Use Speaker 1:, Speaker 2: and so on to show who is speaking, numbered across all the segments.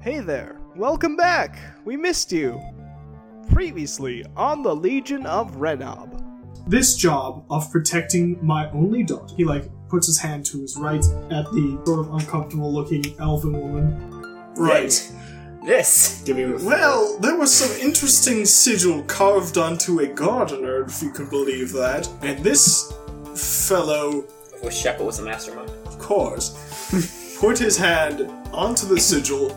Speaker 1: Hey there, welcome back! We missed you! Previously on the Legion of Renob.
Speaker 2: this job of protecting my only daughter. He like puts his hand to his right at the sort of uncomfortable looking elven woman.
Speaker 3: Right.
Speaker 4: Yes.
Speaker 3: Give me a
Speaker 4: Well,
Speaker 3: Well, there was some interesting sigil carved onto a gardener, if you can believe that. And this fellow,
Speaker 4: Wish Shekel was a mastermind.
Speaker 3: of course, put his hand onto the sigil,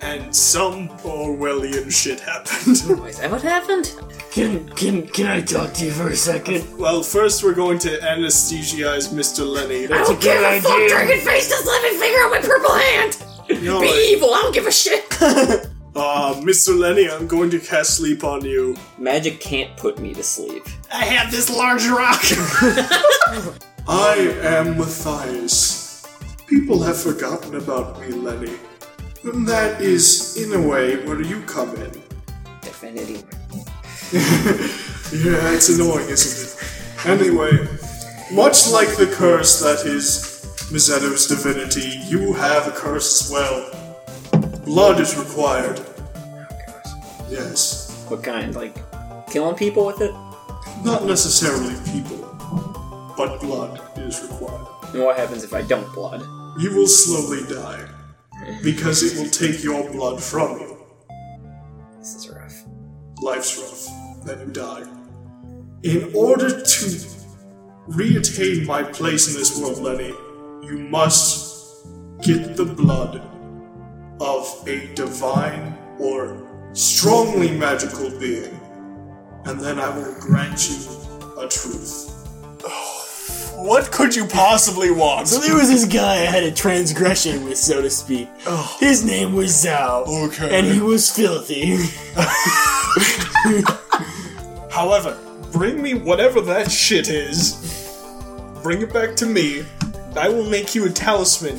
Speaker 3: and some Orwellian shit happened.
Speaker 4: Wait, is that what happened?
Speaker 5: Can can can I talk to you for a second?
Speaker 3: well, first we're going to anesthesize Mr. Lenny.
Speaker 5: That's a
Speaker 4: Give
Speaker 5: good
Speaker 4: a fuck,
Speaker 5: idea.
Speaker 4: dragon face, just let me figure out my purple hand!
Speaker 3: No,
Speaker 4: Be evil, I don't give a shit!
Speaker 3: uh, Mr. Lenny, I'm going to cast sleep on you.
Speaker 4: Magic can't put me to sleep.
Speaker 3: I have this large rock. I am Matthias. People have forgotten about me, Lenny. And that is, in a way, where you come in.
Speaker 4: Divinity.
Speaker 3: Yeah, it's annoying, isn't it? Anyway, much like the curse that is Mizetto's divinity, you have a curse as well. Blood is required. Yes.
Speaker 4: What kind? Like, killing people with it?
Speaker 3: Not necessarily people, but blood is required.
Speaker 4: And what happens if I don't blood?
Speaker 3: You will slowly die because it will take your blood from you.
Speaker 4: This is rough.
Speaker 3: Life's rough, then you die. In order to re-attain my place in this world, Lenny, you must get the blood of a divine or strongly magical being, and then I will grant you a truth. What could you possibly want?
Speaker 5: So there was this guy I had a transgression with, so to speak.
Speaker 2: Oh.
Speaker 5: His name was Zhao.
Speaker 3: Okay.
Speaker 5: And he was filthy.
Speaker 3: However, bring me whatever that shit is. Bring it back to me. I will make you a talisman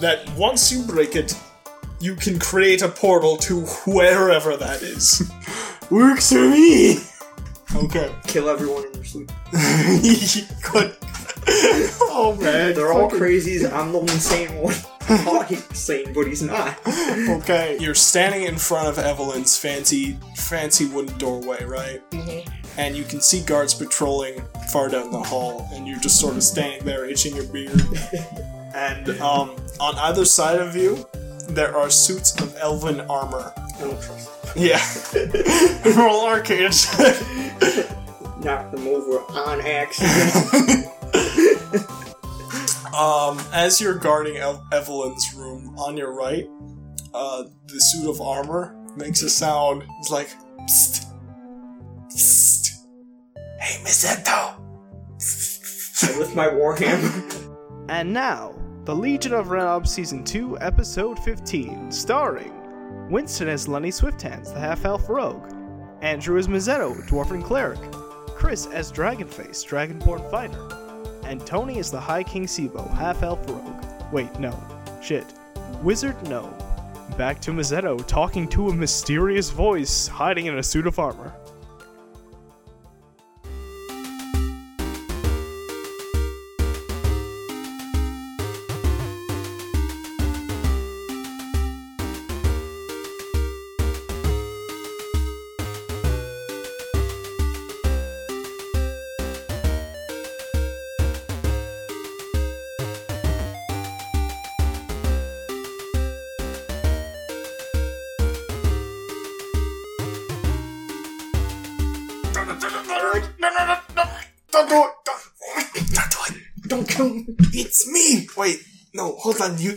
Speaker 3: that once you break it, you can create a portal to wherever that is.
Speaker 5: Works for me.
Speaker 3: Okay.
Speaker 6: kill everyone in your sleep.
Speaker 3: Good. oh man.
Speaker 6: They're all crazies. I'm the insane one. I thought he was sane, but he's not.
Speaker 3: Okay. You're standing in front of Evelyn's fancy fancy wooden doorway, right? Mm-hmm. And you can see guards patrolling far down the hall, and you're just sort of standing there itching your beard. and um, on either side of you, there are suits of elven armor.
Speaker 6: Oh,
Speaker 3: Yeah. Roll arcade. check.
Speaker 6: Knock them over on accident.
Speaker 3: um, as you're guarding El- Evelyn's room on your right, uh, the suit of armor makes a sound. It's like, psst, psst. Hey, Miss Ento.
Speaker 6: I lift my warhammer.
Speaker 1: And now, the Legion of Renob Season 2, Episode 15, starring Winston as Lenny Swifthands, the half elf rogue, Andrew as Mazzetto, dwarven cleric, Chris as Dragonface, dragonborn fighter, and Tony as the High King Sibo, half elf rogue. Wait, no. Shit. Wizard, no. Back to Mazzetto talking to a mysterious voice hiding in a suit of armor.
Speaker 3: Don't do it! Don't, don't do it! Don't kill me! It's me! Wait, no, hold on. You,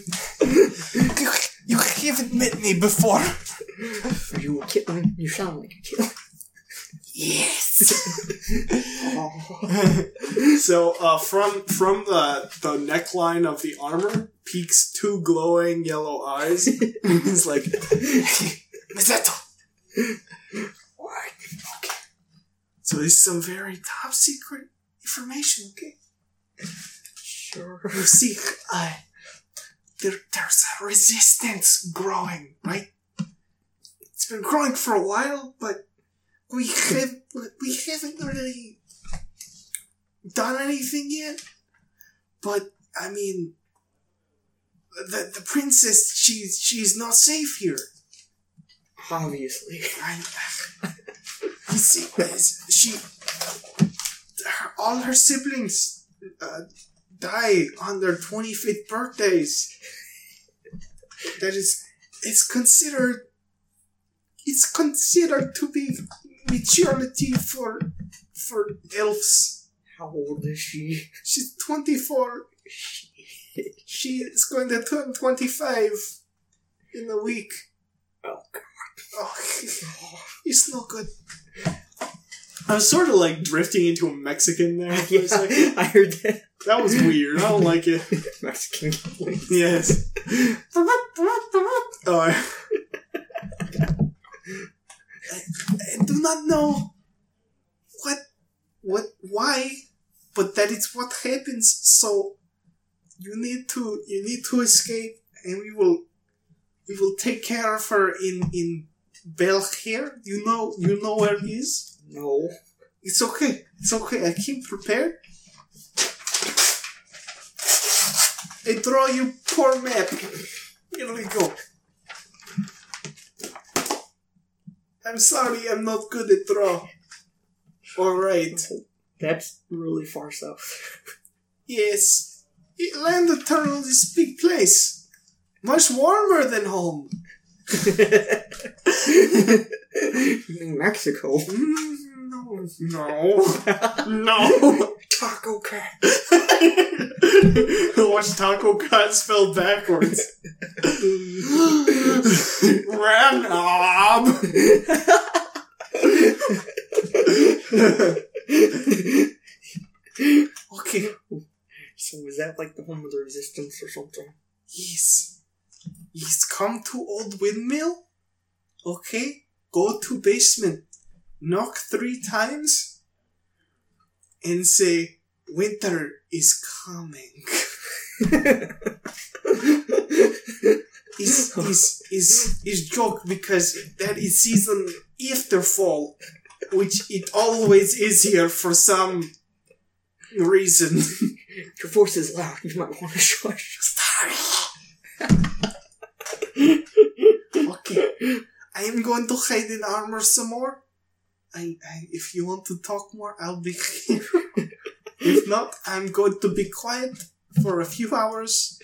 Speaker 3: you, you haven't met me before.
Speaker 6: Are you a kitten? You sound like a kitten.
Speaker 3: So uh, from from the the neckline of the armor peeks two glowing yellow eyes. He's like, Mazzetto. What? Okay. So this is some very top secret information. Okay.
Speaker 6: Sure.
Speaker 3: You see, uh, there, there's a resistance growing, right? It's been growing for a while, but we have we haven't really done anything yet. But I mean,
Speaker 2: The, the princess, she's she's not safe here.
Speaker 6: Obviously.
Speaker 2: I, you see, is- she, her, all her siblings uh, die on their twenty fifth birthdays. That is, it's considered, it's considered to be maturity for for elves.
Speaker 6: How old is she?
Speaker 2: She's twenty four. She is going to turn twenty five in a week.
Speaker 6: Oh, God.
Speaker 2: Oh, it's not good. I was sort of like drifting into a Mexican there for
Speaker 6: Yeah,
Speaker 2: a second.
Speaker 6: I heard that.
Speaker 2: That was weird. I don't like it.
Speaker 6: Mexican Goblin.
Speaker 2: Yes. Oh, I, I do not know what, what, why, but that is what happens. So you need to, you need to escape, and we will, we will take care of her in in Belhair. You know, you know where it is.
Speaker 6: No.
Speaker 2: It's okay. It's okay. I came prepared. I draw you poor map. Here we go. I'm sorry, I'm not good at draw. Alright.
Speaker 6: That's really far south.
Speaker 2: Yes. Eh, Land of Turtle is a big place. Much warmer than home.
Speaker 6: New Mexico.
Speaker 2: Mm, no. No. no.
Speaker 6: Taco cat.
Speaker 2: Watch Taco Cat spelled backwards. Renob! okay.
Speaker 6: So is that like the home of the resistance or something?
Speaker 2: Yes. Yes, come to old windmill. Okay. Go to basement. Knock three times. And say, winter is coming. is is is is joke because that is season after fall, which it always is here for some reason.
Speaker 6: Your voice is loud. You might want to shush.
Speaker 2: Okay. I am going to hide in armor some more. I, I, if you want to talk more, I'll be here. if not, I'm going to be quiet for a few hours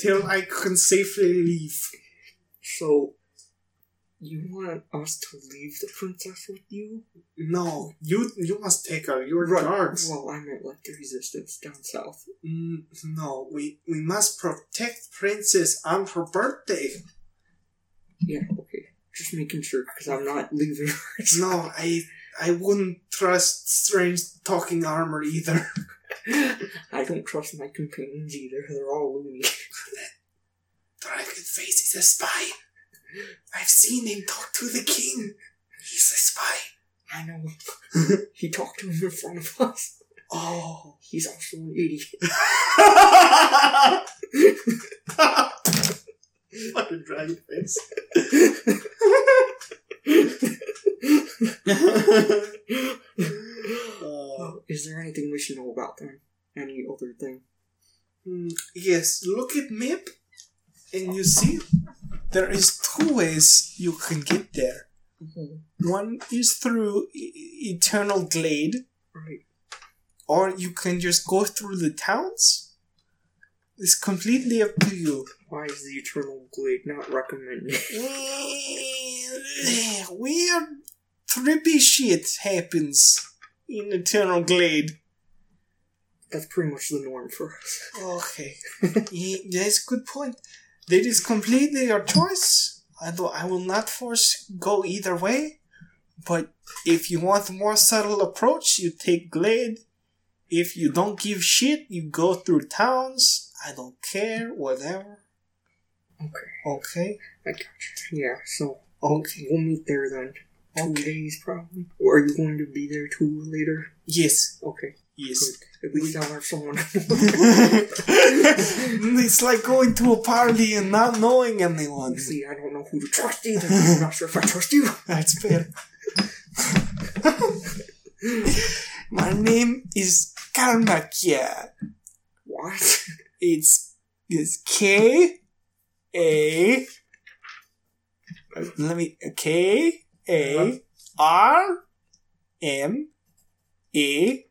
Speaker 2: till I can safely leave.
Speaker 6: So, you want us to leave the princess with you?
Speaker 2: No, you you must take her. You're
Speaker 6: Right.
Speaker 2: guards.
Speaker 6: Well, I meant like the resistance down south.
Speaker 2: Mm, no, we we must protect Princess on her birthday.
Speaker 6: Yeah, okay. Just making sure, because I'm not leaving her.
Speaker 2: No, I I wouldn't trust strange talking armor either.
Speaker 6: I don't trust my companions either. They're all loony.
Speaker 2: Dragon Face is a spy. I've seen him talk to the king. He's a spy.
Speaker 6: I know. he talked to him in front of us.
Speaker 2: Oh.
Speaker 6: He's also an idiot.
Speaker 2: Fucking Dragon Face.
Speaker 6: Oh, is there anything we should know about them? Any other thing?
Speaker 2: Mm, yes, look at map and you see there is two ways you can get there. One is through E- E- Eternal Glade,
Speaker 6: Right.
Speaker 2: or you can just go through the towns. It's completely up to you.
Speaker 6: Why is the Eternal Glade not recommended?
Speaker 2: Weird, trippy shit happens in Eternal Glade.
Speaker 6: That's pretty much the norm for us.
Speaker 2: Okay, Yeah, that's a good point. That is completely your choice. I do, I will not force go either way. But if you want more subtle approach, you take Glade. If you don't give shit, you go through towns. I don't care, whatever.
Speaker 6: Okay,
Speaker 2: Okay.
Speaker 6: I got you. Yeah, so
Speaker 2: Okay.
Speaker 6: we'll meet there then. Two
Speaker 2: Okay.
Speaker 6: days probably. Or are you going to be there too later?
Speaker 2: Yes.
Speaker 6: Okay,
Speaker 2: Yes.
Speaker 6: good. At least I'll have someone.
Speaker 2: it's like going to a party and not knowing anyone.
Speaker 6: See, I don't know who to trust either. I'm not sure if I trust you.
Speaker 2: That's fair. My name is Karmakia.
Speaker 6: What?
Speaker 2: It's is K A. Let me K A R M E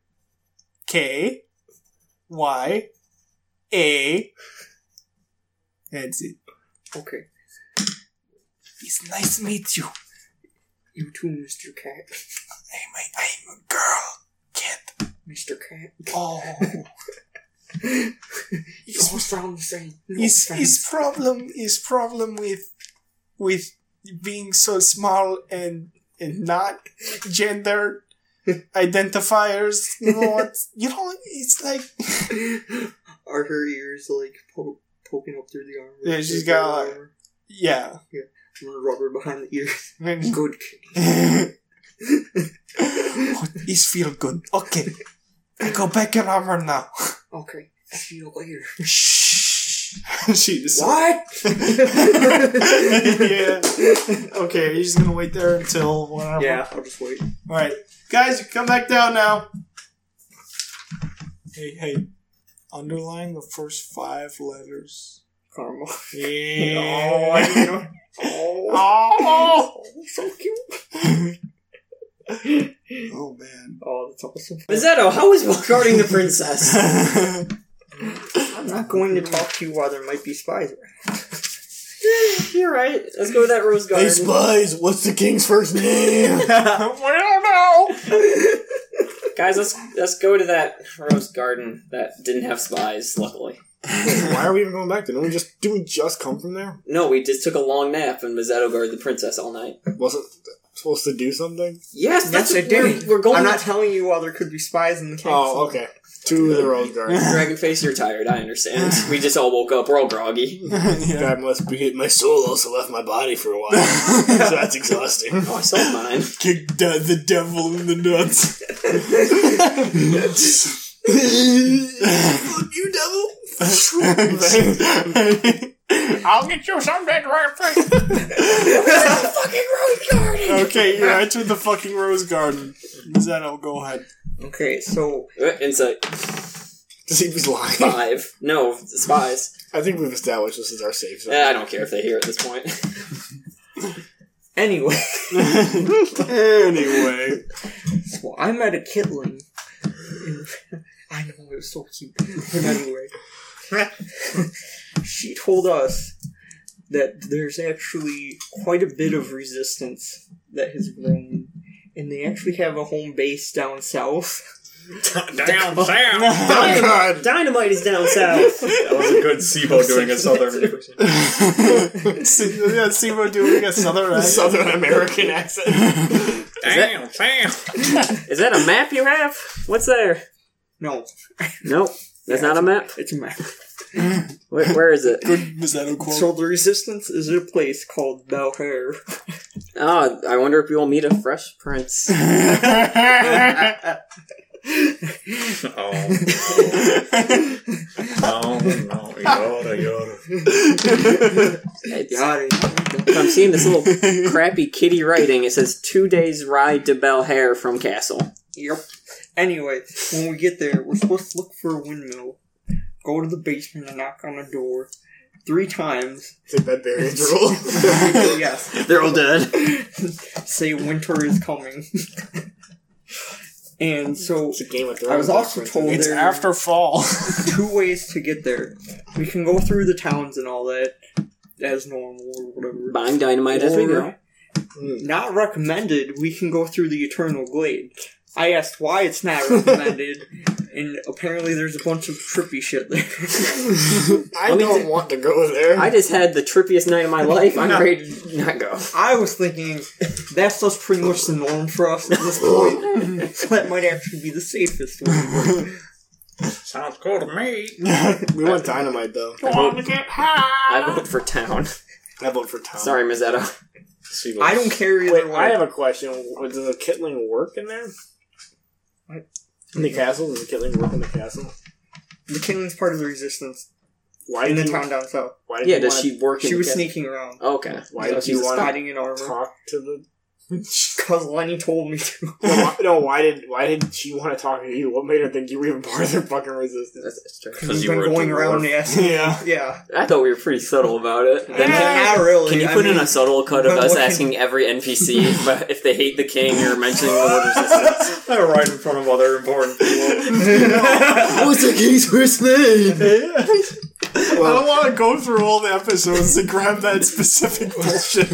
Speaker 2: K Y A. That's it.
Speaker 6: Okay.
Speaker 2: It's nice to meet you.
Speaker 6: You too, Mr. Cat.
Speaker 2: I'm a, I'm a girl. Kid.
Speaker 6: Mr. Cat.
Speaker 2: Oh.
Speaker 6: You all sound the same. No
Speaker 2: his,
Speaker 6: offense.
Speaker 2: his problem his problem with with being so small and and not gender identifiers you know what you know it's like
Speaker 6: Are her ears like po- poking up through the armor?
Speaker 2: Yeah, she's
Speaker 6: Is
Speaker 2: got-
Speaker 6: that rubber?
Speaker 2: yeah
Speaker 6: rubber behind the ears.
Speaker 2: what
Speaker 6: Good kid.
Speaker 2: is feel good okay I go back in armor now
Speaker 6: Okay. See you later.
Speaker 2: shh she just
Speaker 6: What?
Speaker 2: yeah okay he's gonna wait there until whatever
Speaker 6: yeah, I'll just wait.
Speaker 2: All right, guys, you come back down now. Hey, hey, underline the first five letters.
Speaker 6: Karma.
Speaker 2: Yeah. Oh,
Speaker 6: Oh, so cute.
Speaker 2: oh man.
Speaker 6: Oh, that's awesome.
Speaker 4: Mazzetto, how is Will guarding the princess?
Speaker 6: I'm not going to talk to you while there might be spies around.
Speaker 4: You're right. Let's go to that rose
Speaker 5: Hey,
Speaker 4: garden.
Speaker 5: spies, what's the king's first name?
Speaker 4: Guys, let's let's go to that rose garden that didn't have spies, luckily.
Speaker 5: Why are we even going back there? Didn't we just, didn't we just come from there?
Speaker 4: No, we just took a long nap and Mazzetto guarded the princess all night.
Speaker 5: Wasn't supposed to do something?
Speaker 4: Yes, that's
Speaker 6: Yes, I
Speaker 4: what
Speaker 6: do.
Speaker 4: we- We're going
Speaker 6: I'm
Speaker 4: to
Speaker 6: not telling you while there could be spies in the cave.
Speaker 5: Oh, okay. To the Rose Garden.
Speaker 4: Dragonface, you're tired, I understand. we just all woke up, we're all groggy.
Speaker 5: That must be it. My soul also left my body for a while. so that's exhausting.
Speaker 4: Oh, I sold mine.
Speaker 5: Kick the, the devil in the nuts. Fuck you, devil.
Speaker 1: I'll get you someday, Dragonface.
Speaker 5: okay, you entered the fucking Rose Garden. Zeno, go ahead.
Speaker 6: Okay, so
Speaker 4: Uh, Insight
Speaker 5: To see if he's lying.
Speaker 4: five. No, spies.
Speaker 5: I think we've established this is our safe
Speaker 4: Eh, I don't care if they hear at this point.
Speaker 6: anyway,
Speaker 5: anyway.
Speaker 6: so I met a kitling. I know it was so cute. But anyway, she told us that there's actually quite a bit of resistance that has grown, and they actually have a home base down south.
Speaker 4: Down
Speaker 5: Oh, God.
Speaker 4: Dynamite is down south.
Speaker 7: That was a good SIBO doing a southern accent.
Speaker 2: yeah, Simo doing a southern accent.
Speaker 5: Southern American accent.
Speaker 7: Damn, damn.
Speaker 4: Is that a map you have? What's there?
Speaker 6: No,
Speaker 4: Nope. That's not a map.
Speaker 6: it's a map.
Speaker 4: Where, where is it?
Speaker 2: Mazzetto quote.
Speaker 6: So the resistance is at a place called Belhair.
Speaker 4: Oh, I wonder if we will meet a fresh prince.
Speaker 7: Oh. No, no, yada, yada.
Speaker 4: It's-
Speaker 6: Got it.
Speaker 4: I'm seeing this little crappy kitty writing. It says two days ride to Belhair from Castle.
Speaker 6: Yep. Anyway, when we get there, we're supposed to look for a windmill, go to the basement and knock on the door three times.
Speaker 5: It's a barbarian's rule.
Speaker 6: yes.
Speaker 4: They're all dead.
Speaker 6: Say winter is coming. and so
Speaker 5: It's a Game of Thrones.
Speaker 6: I was also
Speaker 5: reference.
Speaker 6: told
Speaker 2: It's
Speaker 6: there
Speaker 2: after fall.
Speaker 6: are two ways to get there. We can go through the towns and all that as normal or whatever.
Speaker 4: Buying dynamite as we go.
Speaker 6: not recommended, we can go through the Eternal Glade. I asked why it's not recommended, and apparently there's a bunch of trippy shit there.
Speaker 5: I don't want to go there.
Speaker 4: I just had the trippiest night of my life. I'm ready to not go.
Speaker 6: I was thinking that's just pretty much the norm for us at this point, so that might actually be the safest one.
Speaker 7: Sounds cool to me.
Speaker 5: we want dynamite though.
Speaker 4: I vote for town.
Speaker 5: I vote for Tom.
Speaker 4: Sorry, Mazzetto.
Speaker 7: SIBO.
Speaker 6: I don't care either
Speaker 5: Wait,
Speaker 6: way.
Speaker 5: I have a question. Does the Kitling work in there?
Speaker 6: What?
Speaker 5: In the castle? Does the Kitling work in the castle?
Speaker 6: the King's part of the resistance
Speaker 5: Why
Speaker 6: in the
Speaker 5: did you,
Speaker 6: town down south.
Speaker 5: why did
Speaker 4: Yeah,
Speaker 5: you
Speaker 4: does
Speaker 5: wanna
Speaker 4: she work in
Speaker 6: She was
Speaker 4: the
Speaker 6: sneaking around,
Speaker 4: Okay.
Speaker 5: Why
Speaker 4: So
Speaker 5: did
Speaker 4: she's
Speaker 5: you
Speaker 4: a
Speaker 5: want
Speaker 4: spy.
Speaker 6: hiding in armor.
Speaker 5: talk to the
Speaker 6: Because Lenny told me to.
Speaker 5: Well, why- no, why did why did she want to talk to you? What made her think you were even part of their fucking resistance?
Speaker 4: That's, that's true.
Speaker 1: Because
Speaker 6: He's
Speaker 1: you
Speaker 6: been
Speaker 1: were a
Speaker 6: going around
Speaker 1: dwarf.
Speaker 6: asking.
Speaker 5: Yeah.
Speaker 6: Yeah.
Speaker 4: I thought we were pretty subtle about it.
Speaker 6: Not really.
Speaker 4: Can you
Speaker 6: I
Speaker 4: put in
Speaker 6: mean,
Speaker 4: a subtle cut of
Speaker 6: but
Speaker 4: us
Speaker 6: what can-
Speaker 4: asking every NPC about if they hate the king or mentioning the word resistance?
Speaker 1: They're right in front of other important people.
Speaker 5: What's the king's first name?
Speaker 2: I don't want to go through all the episodes to grab that specific bullshit.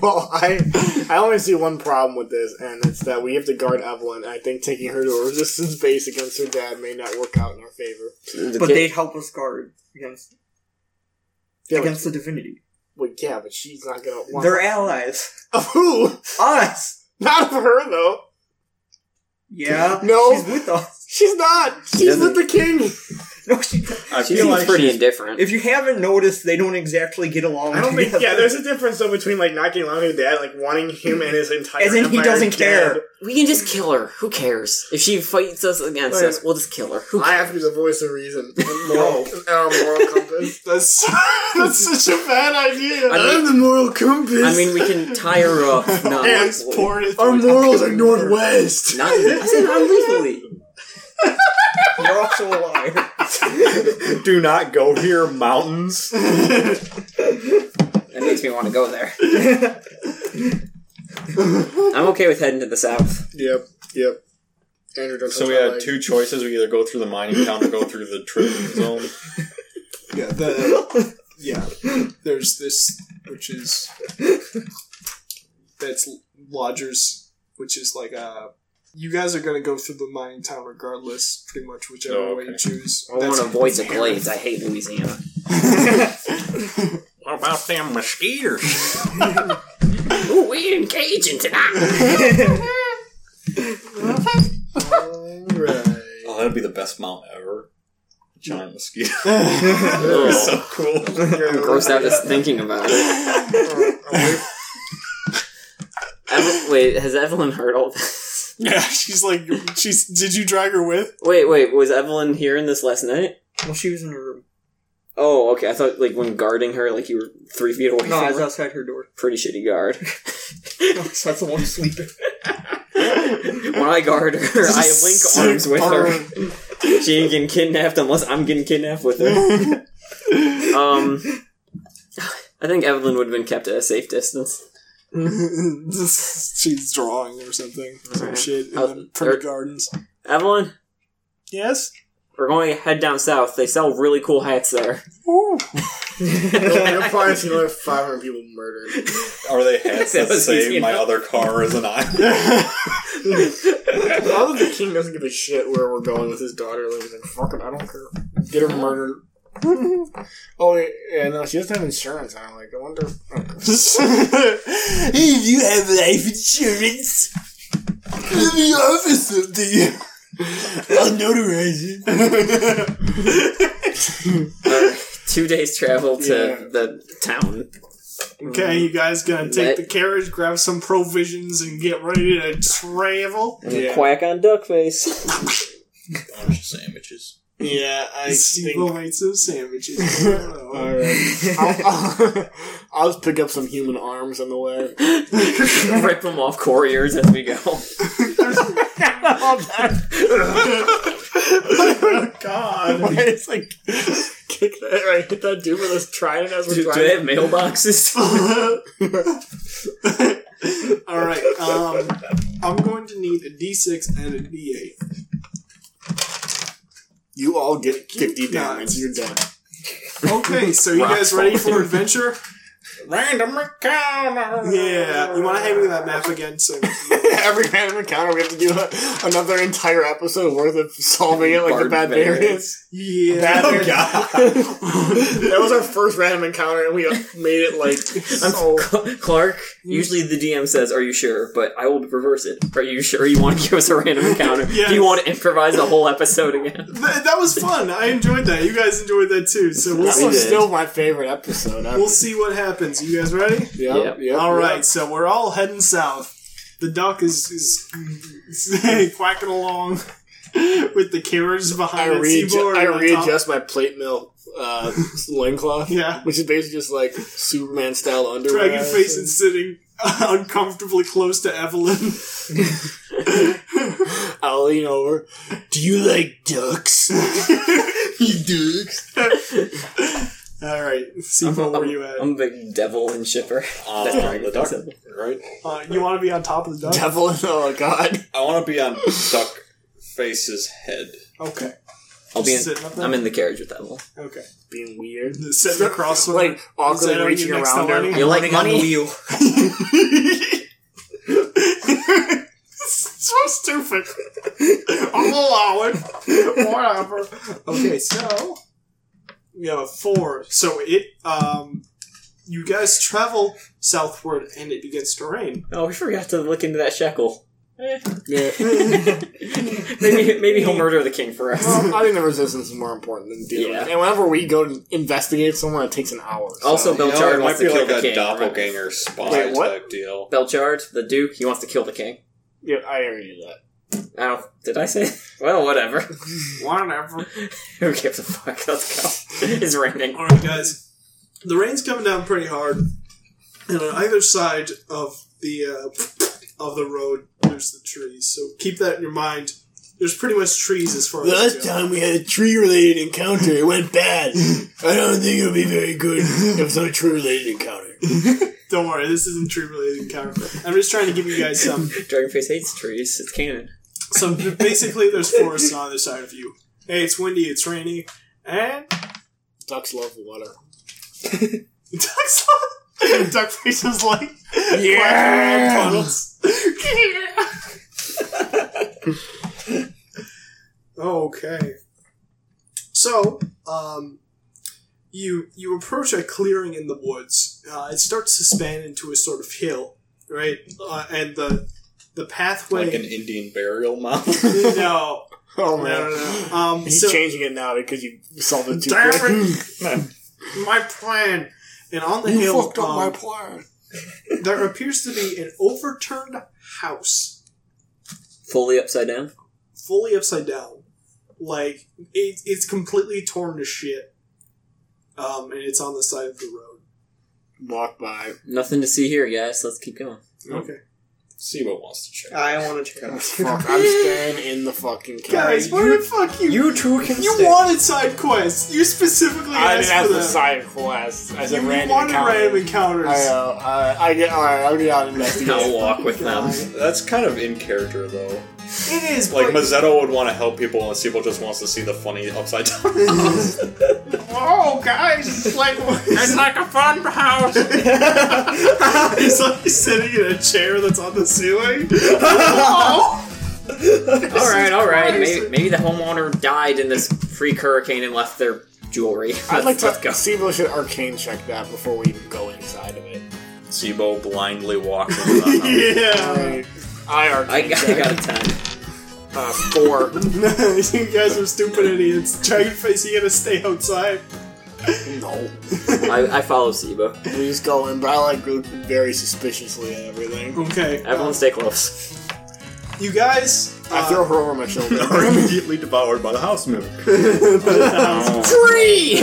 Speaker 5: Well, I I only see one problem with this, and it's that we have to guard Evelyn. I think taking her to a resistance base against her dad may not work out in our favor.
Speaker 6: But they help us guard against
Speaker 5: Yeah,
Speaker 6: against the divinity.
Speaker 5: Wait, yeah, but she's not gonna want
Speaker 6: They're allies.
Speaker 5: of who?
Speaker 6: Us.
Speaker 5: Not of her though.
Speaker 6: Yeah.
Speaker 5: No.
Speaker 6: She's with us.
Speaker 5: She's not. She's with the king.
Speaker 6: No, she.
Speaker 1: I
Speaker 4: She
Speaker 1: feel
Speaker 4: seems
Speaker 1: like
Speaker 4: pretty
Speaker 1: she's
Speaker 4: indifferent.
Speaker 6: If you haven't noticed, they don't exactly get along.
Speaker 5: I don't
Speaker 6: together.
Speaker 5: think. Yeah, there's a difference though between like not getting along with your dad, like wanting him and his entire.
Speaker 6: As in he
Speaker 5: empire
Speaker 6: doesn't care.
Speaker 5: dead.
Speaker 4: we can just kill her. Who cares? If she fights us against
Speaker 5: Like-
Speaker 4: us, we'll just kill her. Who
Speaker 5: I
Speaker 4: cares?
Speaker 5: have to be the voice of reason. and Moral, and our moral compass.
Speaker 2: That's, that's such a bad idea.
Speaker 4: I mean,
Speaker 5: the moral compass.
Speaker 4: I mean, we can tie her up. Not
Speaker 2: It's
Speaker 4: legally.
Speaker 2: poured it.
Speaker 5: morals are northwest.
Speaker 4: Not, I said not legally.
Speaker 6: You're also a liar.
Speaker 1: Do not go here, mountains.
Speaker 4: That makes me want to go there. I'm okay with heading to the south.
Speaker 5: Yep, yep. Andrew, don't
Speaker 1: So
Speaker 5: touch
Speaker 1: we
Speaker 5: my
Speaker 1: had
Speaker 5: leg.
Speaker 1: two choices. We either go through the mining town or go through the trading zone.
Speaker 2: Yeah, the, yeah. There's this, which is that's lodgers, which is like uh You guys are gonna go through the mining town regardless, pretty much whichever
Speaker 1: Oh,
Speaker 2: way
Speaker 1: okay.
Speaker 2: you choose.
Speaker 4: I want to avoid the glades. I hate Louisiana.
Speaker 1: What about them mosquitoes?
Speaker 4: Ooh, we in Cajun tonight.
Speaker 1: Oh, that'd be the best mount ever. Giant mosquito.
Speaker 4: Ugh.
Speaker 1: so cool.
Speaker 4: I'm grossed out just thinking about it. Eve- wait, has Evelyn heard all this?
Speaker 2: Yeah, she's like, she's. Did you drag her with?
Speaker 4: Wait, wait, was Evelyn here in this last night?
Speaker 6: Well, she was in her room.
Speaker 4: Oh, okay. I thought like when guarding her, like you were three feet away.
Speaker 6: No,
Speaker 4: from
Speaker 6: I
Speaker 4: her.
Speaker 6: was outside her door.
Speaker 4: pretty shitty guard.
Speaker 6: So that's the one sleeping.
Speaker 4: when I guard her, I link arms with her. she ain't getting kidnapped unless I'm getting kidnapped with her. um, I think Evelyn would have been kept at a safe distance.
Speaker 2: she's drawing or something, some
Speaker 4: Alright.
Speaker 2: shit in
Speaker 4: Oh,
Speaker 2: the pretty
Speaker 4: er-
Speaker 2: gardens.
Speaker 4: Evelyn,
Speaker 2: Yes.
Speaker 4: we're going to head down south. They sell really cool hats there.
Speaker 2: Ooh.
Speaker 5: You'll probably see another 500 people murdered.
Speaker 1: Are they hats that
Speaker 4: That was easy
Speaker 1: say my
Speaker 4: enough.
Speaker 1: other car is an island?
Speaker 5: Now that the king doesn't give a shit where we're going with his daughter, like, he's like, fuck it, I don't care. Get her murdered. oh, yeah, yeah, no, she doesn't have insurance. I'm like, I wonder.
Speaker 2: if you have life insurance, let me offer something. I'll notarize it.
Speaker 4: Uh, two days travel to
Speaker 2: Yeah.
Speaker 4: the town.
Speaker 2: okay, you guys gonna take
Speaker 4: Mm. Let-
Speaker 2: the carriage, grab some provisions, and get ready to travel?
Speaker 5: Yeah.
Speaker 4: Quack on duck face.
Speaker 1: Orange sandwiches.
Speaker 5: Yeah, I
Speaker 2: Steve made some sandwiches.
Speaker 5: All right. I'll, I'll, I'll just pick up some human arms on the way.
Speaker 4: Rip them off couriers as we go.
Speaker 5: oh God! it's like kick that, right, hit that dude with his trident as we're
Speaker 4: Do, do they have
Speaker 5: driving.
Speaker 4: mailboxes?
Speaker 2: All right, um, I'm going to need a D6 and a D8.
Speaker 5: You all get fifty
Speaker 2: Nice.
Speaker 5: damage. You're dead.
Speaker 2: Okay, so you guys ready for adventure?
Speaker 1: Random encounter.
Speaker 2: Yeah, you want to hand me that map again? So
Speaker 5: Every random encounter, we have to do a, another entire episode worth of solving it, like the bad variants.
Speaker 2: yeah,
Speaker 5: Bad variants. that was our first random encounter, and we made it like so.
Speaker 4: Clark, usually the DM says, Are you sure? But I will reverse it. Are you sure you want to give us a random encounter? Do you want to improvise a whole episode again?
Speaker 2: Th- that was fun. I enjoyed that. You guys enjoyed that too. So we'll
Speaker 5: That
Speaker 2: see.
Speaker 5: was
Speaker 4: did.
Speaker 5: still my favorite episode. Ever.
Speaker 2: We'll see what happens. You guys ready?
Speaker 5: Yep,
Speaker 4: Yep.
Speaker 5: yep,
Speaker 2: All
Speaker 5: yep.
Speaker 2: right. So we're all heading south. The duck is is quacking along with the carriage
Speaker 5: I,
Speaker 2: behind it.
Speaker 5: readju-
Speaker 2: Seaboard
Speaker 5: I
Speaker 2: on top.
Speaker 5: readjust my plate mill uh, loincloth.
Speaker 2: Yeah.
Speaker 5: Which is basically just like Superman style underwear.
Speaker 2: Dragonface is sitting uncomfortably close to Evelyn.
Speaker 5: I'll lean over. Do you like ducks? you ducks.
Speaker 2: All right, see where
Speaker 4: I'm,
Speaker 2: you at?
Speaker 4: I'm a big devil and shipper.
Speaker 7: Um,
Speaker 4: That's right.
Speaker 7: the duck, right?
Speaker 2: Uh, you want to be on top of the duck?
Speaker 5: Devil. Oh God.
Speaker 7: I want to be um, on Duck Face's head.
Speaker 2: Okay,
Speaker 4: I'll be
Speaker 2: Just
Speaker 4: in,
Speaker 2: sitting up there?
Speaker 4: I'm in the carriage with Devil.
Speaker 2: okay.
Speaker 5: Being weird.
Speaker 2: Sitting across from
Speaker 5: Like
Speaker 2: Is that
Speaker 5: awkwardly
Speaker 2: on
Speaker 5: reaching
Speaker 2: you next
Speaker 5: around
Speaker 2: to
Speaker 5: her.
Speaker 2: Lenny?
Speaker 4: You like
Speaker 6: Running on the
Speaker 4: money?
Speaker 6: wheel.
Speaker 2: so stupid. I'll allow it. Whatever. Okay, so we have a four. So it, um, you guys travel southward, and it begins to rain.
Speaker 4: Oh, we forgot to look into that shekel.
Speaker 5: Yeah.
Speaker 4: Maybe maybe he'll murder the king for us.
Speaker 5: Well, I think the resistance is more important than dealing.
Speaker 4: Yeah.
Speaker 5: with it. And whenever we go to investigate someone, it takes an hour. so-
Speaker 4: Also,
Speaker 7: You know,
Speaker 4: Belchard
Speaker 7: it might
Speaker 4: wants to
Speaker 7: be
Speaker 4: kill
Speaker 7: like
Speaker 4: the
Speaker 7: a
Speaker 4: king.
Speaker 7: doppelganger spy
Speaker 5: Wait, what?
Speaker 7: type deal.
Speaker 4: Belchard, the duke, he wants to kill the king.
Speaker 5: yeah, I already knew that.
Speaker 4: I don't. Oh, Did I say? Well, whatever.
Speaker 2: Whatever.
Speaker 4: Who gives a fuck? Let's go. It's raining.
Speaker 2: All right, guys. The rain's coming down pretty hard, and on either side of the uh, of the road, there's the trees. So keep that in your mind. There's pretty much trees as far as you
Speaker 5: Last
Speaker 2: go.
Speaker 5: time we had a tree-related encounter, it went bad. I don't think it'll be very good if it's not a tree-related encounter.
Speaker 2: Don't worry, this isn't tree related encounter. I'm just trying to give you guys some.
Speaker 4: Dragonface hates trees. It's canon.
Speaker 2: So basically, there's forests on either side of you. Hey, it's windy, it's rainy, and
Speaker 5: Ducks love water.
Speaker 2: ducks. Duck face is like yeah. puddles. okay. So, um, you you approach a clearing in the woods. Uh, it starts to span into a sort of hill, right? Uh, and the the pathway.
Speaker 7: Like an Indian burial mound.
Speaker 2: no,
Speaker 5: Oh
Speaker 2: no,
Speaker 5: man.
Speaker 2: no, no. Um,
Speaker 5: He's
Speaker 2: so,
Speaker 5: changing it now because you solved it too
Speaker 2: Damn
Speaker 5: quick.
Speaker 2: my plan. And on the hill, um,
Speaker 5: plan.
Speaker 2: there appears to be an overturned house,
Speaker 4: Fully upside down.
Speaker 2: fully upside down. Like it, it's completely torn to shit, um, and it's on the side of the road.
Speaker 5: Walk by.
Speaker 4: Nothing to see here, guys. Let's keep going.
Speaker 2: Okay,
Speaker 7: See what wants to check.
Speaker 6: I want to check out.
Speaker 5: Fuck, I'm staying in the fucking carriage.
Speaker 2: guys, where the fuck you?
Speaker 6: You two can
Speaker 2: You
Speaker 6: stay.
Speaker 2: wanted side quests. You specifically
Speaker 5: I
Speaker 2: asked
Speaker 5: didn't ask
Speaker 2: for
Speaker 5: the
Speaker 2: them.
Speaker 5: side quest. I said
Speaker 2: you
Speaker 5: random
Speaker 2: wanted
Speaker 5: encounter.
Speaker 2: random encounters.
Speaker 5: I, uh, I, I get, alright, I'll get out and
Speaker 4: I'll
Speaker 5: investigate.
Speaker 4: walk with them.
Speaker 7: That's kind of in character though.
Speaker 2: it is
Speaker 7: Like
Speaker 2: like
Speaker 7: Mazzetto would want to help people, and Siebel just wants to see the funny upside down.
Speaker 2: oh, guys, it's like
Speaker 6: It's like a fun house.
Speaker 2: he's like sitting in a chair that's on the ceiling.
Speaker 4: all right, all right.
Speaker 2: Christ.
Speaker 4: Maybe, maybe the homeowner died in this free hurricane and left their jewelry.
Speaker 5: I'd like
Speaker 4: Let's go.
Speaker 5: to see if we should arcane check that before we even go inside of it.
Speaker 7: Sibo blindly walks into the house.
Speaker 2: yeah.
Speaker 5: Alright. I
Speaker 4: I, I
Speaker 5: arcane check.
Speaker 4: got a ten.
Speaker 5: uh, four.
Speaker 2: you guys are stupid idiots. Dragonface, you gotta stay outside.
Speaker 5: no.
Speaker 4: I, I follow Sibo.
Speaker 5: We just go in, but I like look very suspiciously at everything.
Speaker 2: Okay.
Speaker 4: Everyone stay close.
Speaker 2: You guys.
Speaker 5: I
Speaker 2: uh,
Speaker 5: throw her over my shoulder.
Speaker 7: Are immediately devoured by the house move.
Speaker 5: Oh,
Speaker 4: Three.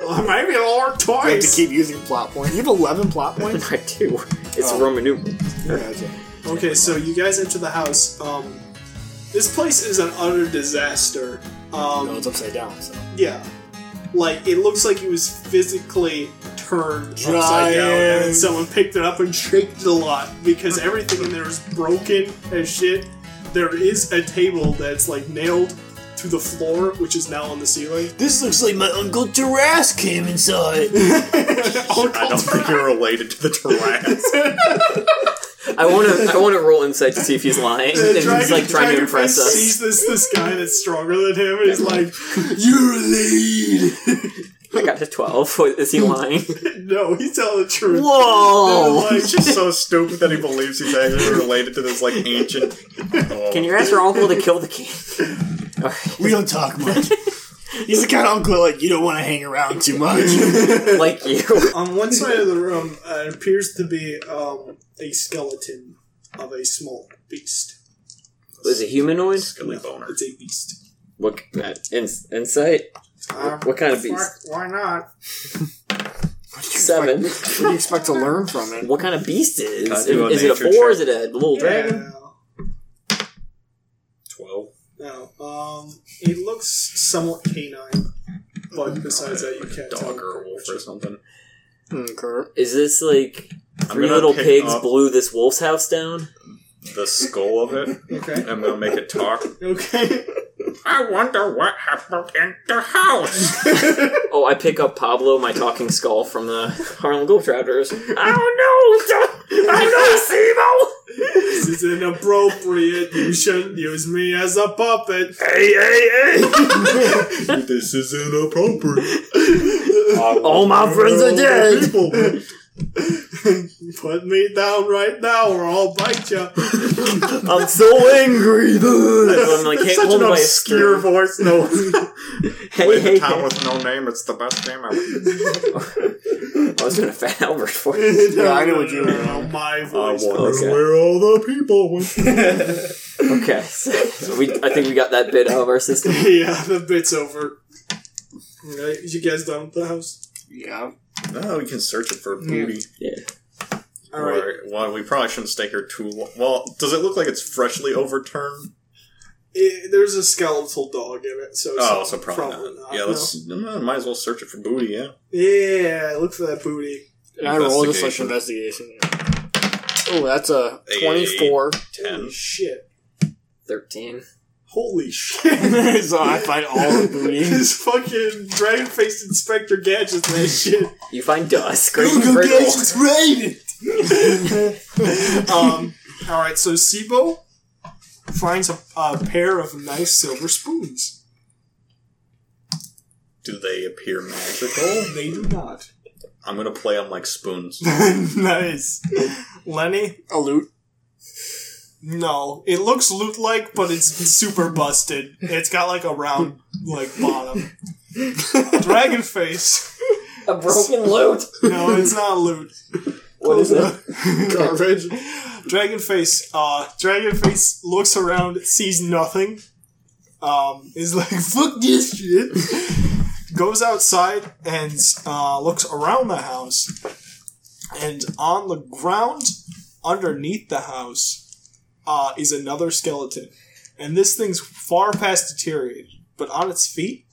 Speaker 2: well, maybe it'll work
Speaker 5: I have to
Speaker 2: twice.
Speaker 5: keep using plot points. You have 11 plot points?
Speaker 4: I do. It's
Speaker 5: Oh.
Speaker 4: Roman numeral.
Speaker 5: yeah, that's it.
Speaker 2: okay, so you guys enter the house. Um, this place is an utter disaster.
Speaker 5: No,
Speaker 2: Um,
Speaker 5: it's upside down, so.
Speaker 2: yeah. Like, it looks like it was physically turned upside down, and then
Speaker 5: Giant.
Speaker 2: someone picked it up and shook it a lot because everything in there is broken as shit. There is a table that's like nailed to the floor, which is now on the ceiling.
Speaker 5: This looks like my Uncle Taras came and saw it.
Speaker 7: I don't think you're related to the Taras.
Speaker 4: I want to. I want to roll insight to see if he's lying. and he's like trying to impress
Speaker 2: Dragonface
Speaker 4: us.
Speaker 2: Sees this this guy that's stronger than him, and he's like,
Speaker 4: I got to twelve. Wait, Is he lying?
Speaker 2: "No, he's telling the truth."
Speaker 4: Whoa!
Speaker 2: Like,
Speaker 7: just so stupid that he believes he's actually related to this like ancient.
Speaker 4: Can you ask your uncle to kill the king? Alright,
Speaker 5: We don't talk much. He's the kind of uncle like you don't want to hang around too much.
Speaker 4: like you.
Speaker 2: on one side of the room uh, appears to be um, a skeleton of a small beast.
Speaker 4: Was it humanoid?
Speaker 7: Skelly boner.
Speaker 2: It's a beast.
Speaker 4: Look at ins- insight.
Speaker 8: Uh,
Speaker 4: What kind of beast?
Speaker 8: fuck, why not?
Speaker 4: Seven.
Speaker 5: What do you expect to learn from it?
Speaker 4: What kind of beast it
Speaker 7: Let's
Speaker 4: is?
Speaker 7: do a
Speaker 4: Is it a
Speaker 7: nature
Speaker 4: boar? Is
Speaker 7: check.
Speaker 4: it a little dragon?
Speaker 7: Twelve.
Speaker 8: No.
Speaker 2: Um, it looks somewhat canine, but besides that, you can't. tell.
Speaker 7: Dog or a wolf or something.
Speaker 5: Okay.
Speaker 4: Is this like
Speaker 7: I'm
Speaker 4: three
Speaker 7: gonna
Speaker 4: little
Speaker 7: pick
Speaker 4: pigs
Speaker 7: up
Speaker 4: blew this wolf's house down?
Speaker 7: The skull of it.
Speaker 2: Okay.
Speaker 7: I'm gonna make it talk.
Speaker 2: Okay.
Speaker 7: I wonder what happened in the house.
Speaker 4: Oh, I pick up Pablo, my talking skull from the Harlem
Speaker 5: Oh,
Speaker 4: Globetrotters.
Speaker 7: I don't know. I
Speaker 2: this is inappropriate. You shouldn't use me as a puppet.
Speaker 7: know Sebo. this is inappropriate.
Speaker 4: All my friends are dead.
Speaker 2: Put me down right now, or I'll bite you.
Speaker 4: I'm so angry. I'm like, hey,
Speaker 9: Such
Speaker 4: hold
Speaker 9: an
Speaker 4: my
Speaker 9: obscure voice. No,
Speaker 4: Hey, hey, hey.
Speaker 7: town
Speaker 4: I
Speaker 7: with no name. It's the best game ever.
Speaker 4: was doing a fat Albert for you.
Speaker 5: Yeah, I know what you mean.
Speaker 2: Oh, my
Speaker 7: I
Speaker 2: voice.
Speaker 7: wonder
Speaker 4: Okay.
Speaker 7: where all the people went.
Speaker 4: Okay, so we, I think we got that bit out of our system.
Speaker 2: yeah, the bit's over. Okay, you guys done with the house?
Speaker 5: Yeah.
Speaker 7: No, we can search it for booty.
Speaker 4: Yeah.
Speaker 2: All right.
Speaker 7: Or- well, we probably shouldn't stay here too long. Well, does it look like it's freshly overturned?
Speaker 2: It- there's a skeletal dog in it, so
Speaker 7: Oh,
Speaker 2: so
Speaker 7: so probably, not. Yeah,
Speaker 2: no.
Speaker 7: let's uh, might as well search it for booty. Yeah.
Speaker 2: yeah, look for that booty.
Speaker 5: And I roll just like investigation. Oh, that's a
Speaker 7: Eight.
Speaker 5: twenty-four.
Speaker 2: Holy
Speaker 7: Ten.
Speaker 2: shit!
Speaker 4: 13.
Speaker 2: Holy shit!
Speaker 5: so I find all the booty.
Speaker 2: this fucking dragon faced Inspector Gadget, that shit.
Speaker 4: You find dust. Great brittle.
Speaker 2: um, all right, so Sibo finds a, a pair of nice silver spoons.
Speaker 7: Do they appear magical?
Speaker 2: They do not.
Speaker 7: I'm gonna play them like spoons.
Speaker 2: nice, Lenny.
Speaker 5: A loot.
Speaker 2: No, it looks loot like, but it's super busted. It's got like a round like bottom. Dragon face.
Speaker 4: A broken loot.
Speaker 2: No, it's not loot.
Speaker 4: What is it?
Speaker 5: Garbage.
Speaker 2: Dragonface, uh, Dragonface looks around, sees nothing, um, is like, fuck this shit, goes outside and, uh, looks around the house, and on the ground underneath the house, uh, is another skeleton. And this thing's far past deteriorated, but on its feet,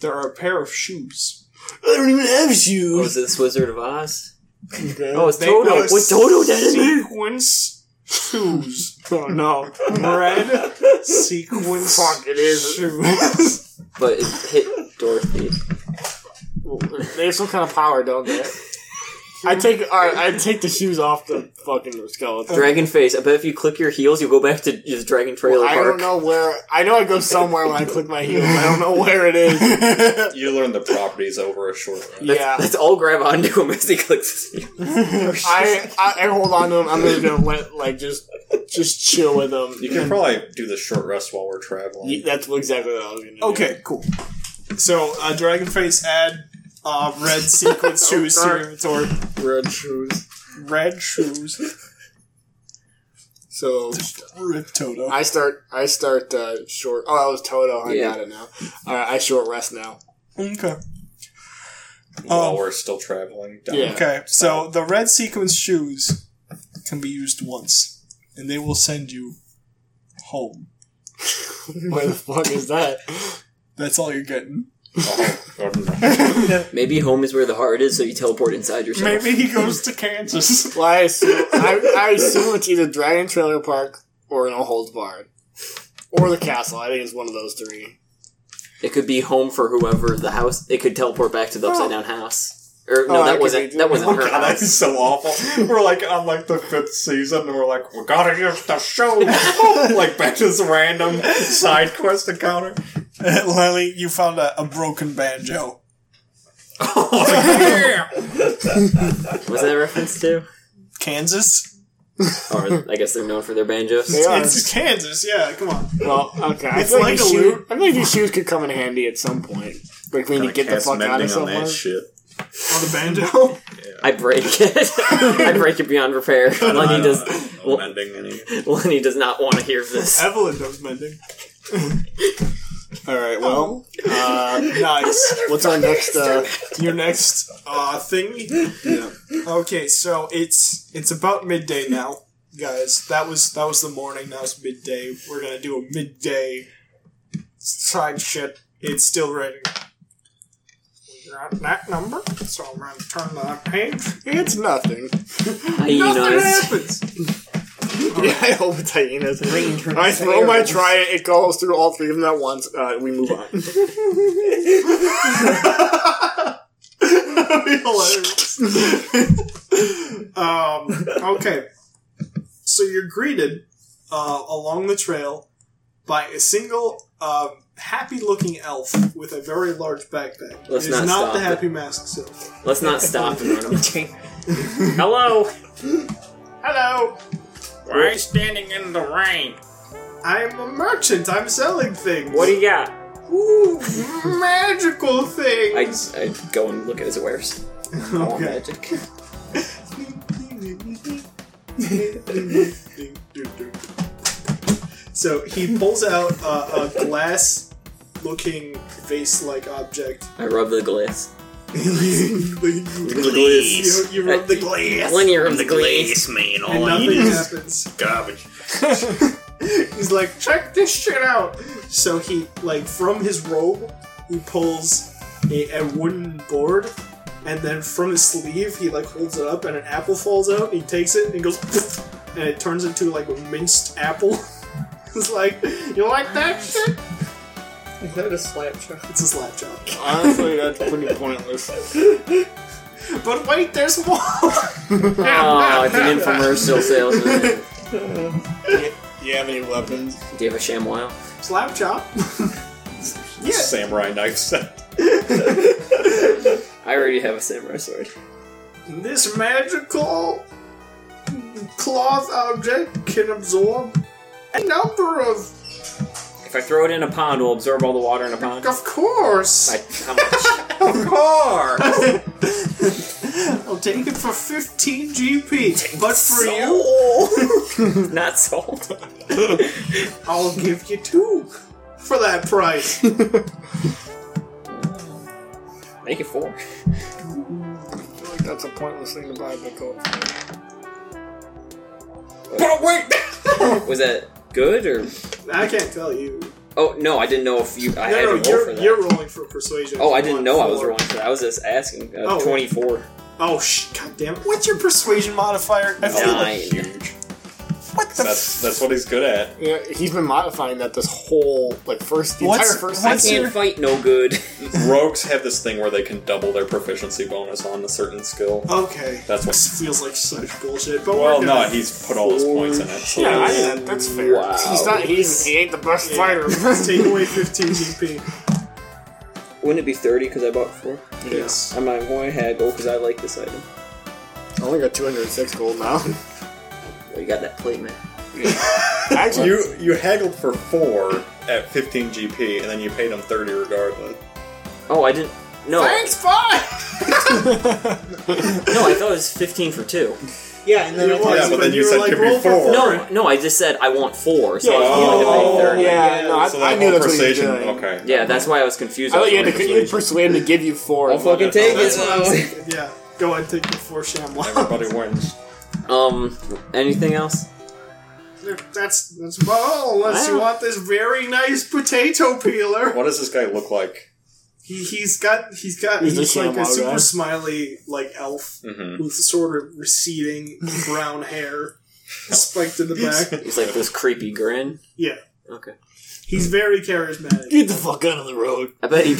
Speaker 2: there are a pair of shoes.
Speaker 5: I don't even have
Speaker 4: Oh,
Speaker 5: shoes.
Speaker 4: is this Wizard of Oz? Oh, it's
Speaker 2: They
Speaker 4: Toto.
Speaker 2: are
Speaker 4: What Toto did?
Speaker 2: Sequence shoes.
Speaker 5: Oh, no.
Speaker 2: red sequence
Speaker 5: Fuck, it is.
Speaker 2: shoes.
Speaker 4: But it hit Dorothy.
Speaker 5: They have Oh, some kind of power, don't they? I take all right, I take the shoes off the fucking skeleton.
Speaker 4: Dragon face. I bet if you click your heels, you go back to just Dragon Trailer
Speaker 5: I
Speaker 4: Park.
Speaker 5: don't know where. I know I go somewhere when I click my heels. I don't know where it is.
Speaker 7: you learn the properties over a short run.
Speaker 5: yeah,
Speaker 4: Let's all grab onto him as he clicks. his heel.
Speaker 5: I, I I hold on to them. I'm just gonna let like just just chill with them.
Speaker 7: You can probably do the short rest while we're traveling.
Speaker 5: Yeah, That's exactly what I was gonna do.
Speaker 2: Okay, cool. So, uh, Dragonface add uh, red sequence shoes to your inventory.
Speaker 5: Red shoes.
Speaker 2: Red shoes.
Speaker 5: So
Speaker 2: Rip Toto.
Speaker 5: I start. I start uh, short. Oh, that was Toto. I
Speaker 4: Yeah.
Speaker 5: got it now. All right, I short rest now.
Speaker 2: Okay.
Speaker 7: while
Speaker 2: Um,
Speaker 7: we're still traveling. Down.
Speaker 5: Yeah.
Speaker 2: Okay, so the red sequence shoes can be used once, and they will send you home.
Speaker 5: Where the fuck is that?
Speaker 2: That's all you're getting.
Speaker 7: Oh, oh, no.
Speaker 4: Maybe home is where the heart is, so you teleport inside yourself.
Speaker 2: Maybe he goes to Kansas.
Speaker 5: Well, I assume, I, I assume it's either Dragon Trailer Park or an All Holds Barred. Or the castle. I think it's one of those three.
Speaker 4: It could be home for whoever the house. It could teleport back to the upside down house. Or no,
Speaker 5: Oh, I
Speaker 4: that
Speaker 5: could
Speaker 4: wasn't
Speaker 5: be-
Speaker 4: that wasn't her
Speaker 7: God, that
Speaker 4: house.
Speaker 7: is so awful. We're like on like the fifth season, and we're like, we gotta use the show. like back to this random side quest encounter.
Speaker 2: Lily, you found a, a broken banjo.
Speaker 4: Was that a reference to?
Speaker 2: Kansas?
Speaker 4: Or I guess they're known for their banjos.
Speaker 5: They are.
Speaker 2: It's Kansas, yeah, come on.
Speaker 5: Well, okay. I
Speaker 2: It's
Speaker 5: feel
Speaker 2: like
Speaker 5: these
Speaker 2: a
Speaker 5: shoe-
Speaker 2: loot.
Speaker 5: I feel like these shoes could come in handy at some point. Like we need to get the
Speaker 7: Cast
Speaker 5: fuck out
Speaker 7: mending
Speaker 5: of
Speaker 7: on
Speaker 5: somewhere.
Speaker 7: that shit.
Speaker 2: On the banjo?
Speaker 4: I break it. I break it beyond repair. Lenny does.
Speaker 7: No mending any.
Speaker 4: Lenny does not want to hear this.
Speaker 2: Evelyn does mending.
Speaker 5: All right. Well, uh, nice. What's our next? Uh,
Speaker 2: Your next uh, thing.
Speaker 5: yeah.
Speaker 2: Okay, so it's it's about midday now, guys. That was that was the morning. Now it's midday. We're gonna do a midday side shit. It's still raining. We're at that number, so I'm gonna turn that page.
Speaker 5: It's nothing.
Speaker 2: Nothing
Speaker 4: Hyenas.
Speaker 2: happens.
Speaker 5: Yeah, I hope it's hyenas.
Speaker 6: Rain turns
Speaker 5: I throw my
Speaker 6: arrows.
Speaker 5: trident. It goes through all three of them at once. Uh, we move on.
Speaker 2: Um, okay. So you're greeted uh, along the trail by a single um, happy looking elf with a very large backpack.
Speaker 4: Let's
Speaker 2: it is
Speaker 4: not
Speaker 2: not,
Speaker 4: stop
Speaker 2: the
Speaker 4: it.
Speaker 2: happy mask elf.
Speaker 4: Let's not stop and run away. Hello.
Speaker 2: Hello!
Speaker 10: Why standing in the rain?
Speaker 2: I'm a merchant. I'm selling things.
Speaker 4: What do you got?
Speaker 2: Ooh, magical
Speaker 4: I,
Speaker 2: things.
Speaker 4: I go and look at his wares. All
Speaker 2: okay.
Speaker 4: magic.
Speaker 2: so he pulls out uh, a glass looking vase like object.
Speaker 4: I rub the glass.
Speaker 2: You,
Speaker 10: Glaze.
Speaker 2: you rub the glass.
Speaker 4: When you rub the glass.
Speaker 10: Glaze, man.
Speaker 2: and
Speaker 10: All I eat
Speaker 2: nothing
Speaker 10: is
Speaker 2: happens.
Speaker 10: garbage.
Speaker 2: He's like, check this shit out. So he, like, from his robe, he pulls a, a wooden board, and then from his sleeve, he like holds it up, and an apple falls out. And he takes it and he goes, and it turns into like a minced apple. it's like, you like that shit?
Speaker 6: Is that a slap shot?
Speaker 2: It's a slap chop.
Speaker 5: Honestly, that's pretty pointless.
Speaker 2: But wait, there's more.
Speaker 4: Oh, it's an infomercial salesman. Do
Speaker 5: Do you have any weapons?
Speaker 4: you have a ShamWow?
Speaker 2: slap chop. yeah.
Speaker 7: Samurai knife set.
Speaker 4: I already have a samurai sword.
Speaker 2: This magical cloth object can absorb a number of
Speaker 4: If I throw it in a pond, will it absorb all the water in a pond.
Speaker 2: Of course.
Speaker 4: I, how much?
Speaker 2: I'll take it for 15 GP. But for you,
Speaker 4: Not sold.
Speaker 2: I'll give you two for that price.
Speaker 4: Make it four.
Speaker 5: I feel like that's a pointless thing to buy a book of.
Speaker 4: Was that good or?
Speaker 2: I can't tell you.
Speaker 4: Oh no, I didn't know if you. I
Speaker 2: no, no,
Speaker 4: had to roll for
Speaker 2: you're,
Speaker 4: that.
Speaker 2: you're rolling for persuasion.
Speaker 4: oh, I didn't
Speaker 2: One
Speaker 4: know I was
Speaker 2: for-
Speaker 4: rolling for that. I was just asking. Uh,
Speaker 2: Oh.
Speaker 4: Twenty-four.
Speaker 2: Oh, sh- God damn it. What's your persuasion modifier? I feel like.
Speaker 4: Nine.
Speaker 2: What the f-
Speaker 7: That's that's what he's good at.
Speaker 5: Yeah, he's been modifying that this whole like first the
Speaker 2: What's-
Speaker 5: entire first
Speaker 4: I
Speaker 2: what's-
Speaker 5: what's,
Speaker 4: can't
Speaker 2: your-
Speaker 4: fight no good.
Speaker 7: Rogues have this thing where they can double their proficiency bonus on a certain skill.
Speaker 2: Okay.
Speaker 7: That's what.
Speaker 2: This feels like such bullshit. But
Speaker 7: Well,
Speaker 2: we're
Speaker 7: no,
Speaker 2: gonna-
Speaker 7: he's put all his points in it. So
Speaker 5: yeah, I, yeah, that's fair.
Speaker 4: Wow.
Speaker 5: He's not he's he ain't the best fighter.
Speaker 2: Take away 15 GP.
Speaker 4: Wouldn't it be thirty because I bought four?
Speaker 2: Yes.
Speaker 4: I'm not going to haggle because I like this item.
Speaker 5: I only got two hundred and six gold now.
Speaker 4: Well, you got that plate, man.
Speaker 5: Actually
Speaker 7: You you haggled for four at 15 GP, and then you paid him 30 regardless.
Speaker 4: Oh, I didn't. No,
Speaker 2: bye!
Speaker 4: no, I thought it was fifteen for two.
Speaker 6: Yeah, and then I
Speaker 7: was,
Speaker 6: thought
Speaker 7: but then you said could be four.
Speaker 4: No, no, I just said I want four, so I was willing to pay
Speaker 5: Oh,
Speaker 4: thirty.
Speaker 5: yeah, no, I,
Speaker 7: so
Speaker 5: I
Speaker 7: that
Speaker 5: knew
Speaker 7: whole
Speaker 5: that's what he was
Speaker 7: persuasion.
Speaker 5: doing.
Speaker 7: Okay.
Speaker 4: Yeah, that's why I was confused.
Speaker 5: I
Speaker 4: I
Speaker 5: thought
Speaker 4: was
Speaker 5: you had to
Speaker 4: wondering
Speaker 5: you
Speaker 4: if you-
Speaker 5: persuade him to give you four.
Speaker 4: I'll fucking take it. though.
Speaker 2: Yeah, go ahead take the four shamwow.
Speaker 7: Everybody wins.
Speaker 4: Um, anything else?
Speaker 2: That's that's about all. Unless you
Speaker 4: Wow.
Speaker 2: want this very nice potato peeler.
Speaker 7: What does this guy look like?
Speaker 2: He, he's got he's got he's,
Speaker 5: He's a
Speaker 2: like a
Speaker 5: Shyamalan
Speaker 2: super
Speaker 5: guy.
Speaker 2: smiley like elf
Speaker 7: Mhm.
Speaker 2: with sort of receding brown hair spiked in the back.
Speaker 4: It's like this creepy grin.
Speaker 2: Yeah,
Speaker 4: Okay.
Speaker 2: he's very charismatic.
Speaker 5: Get the fuck out of the road.
Speaker 4: I bet he.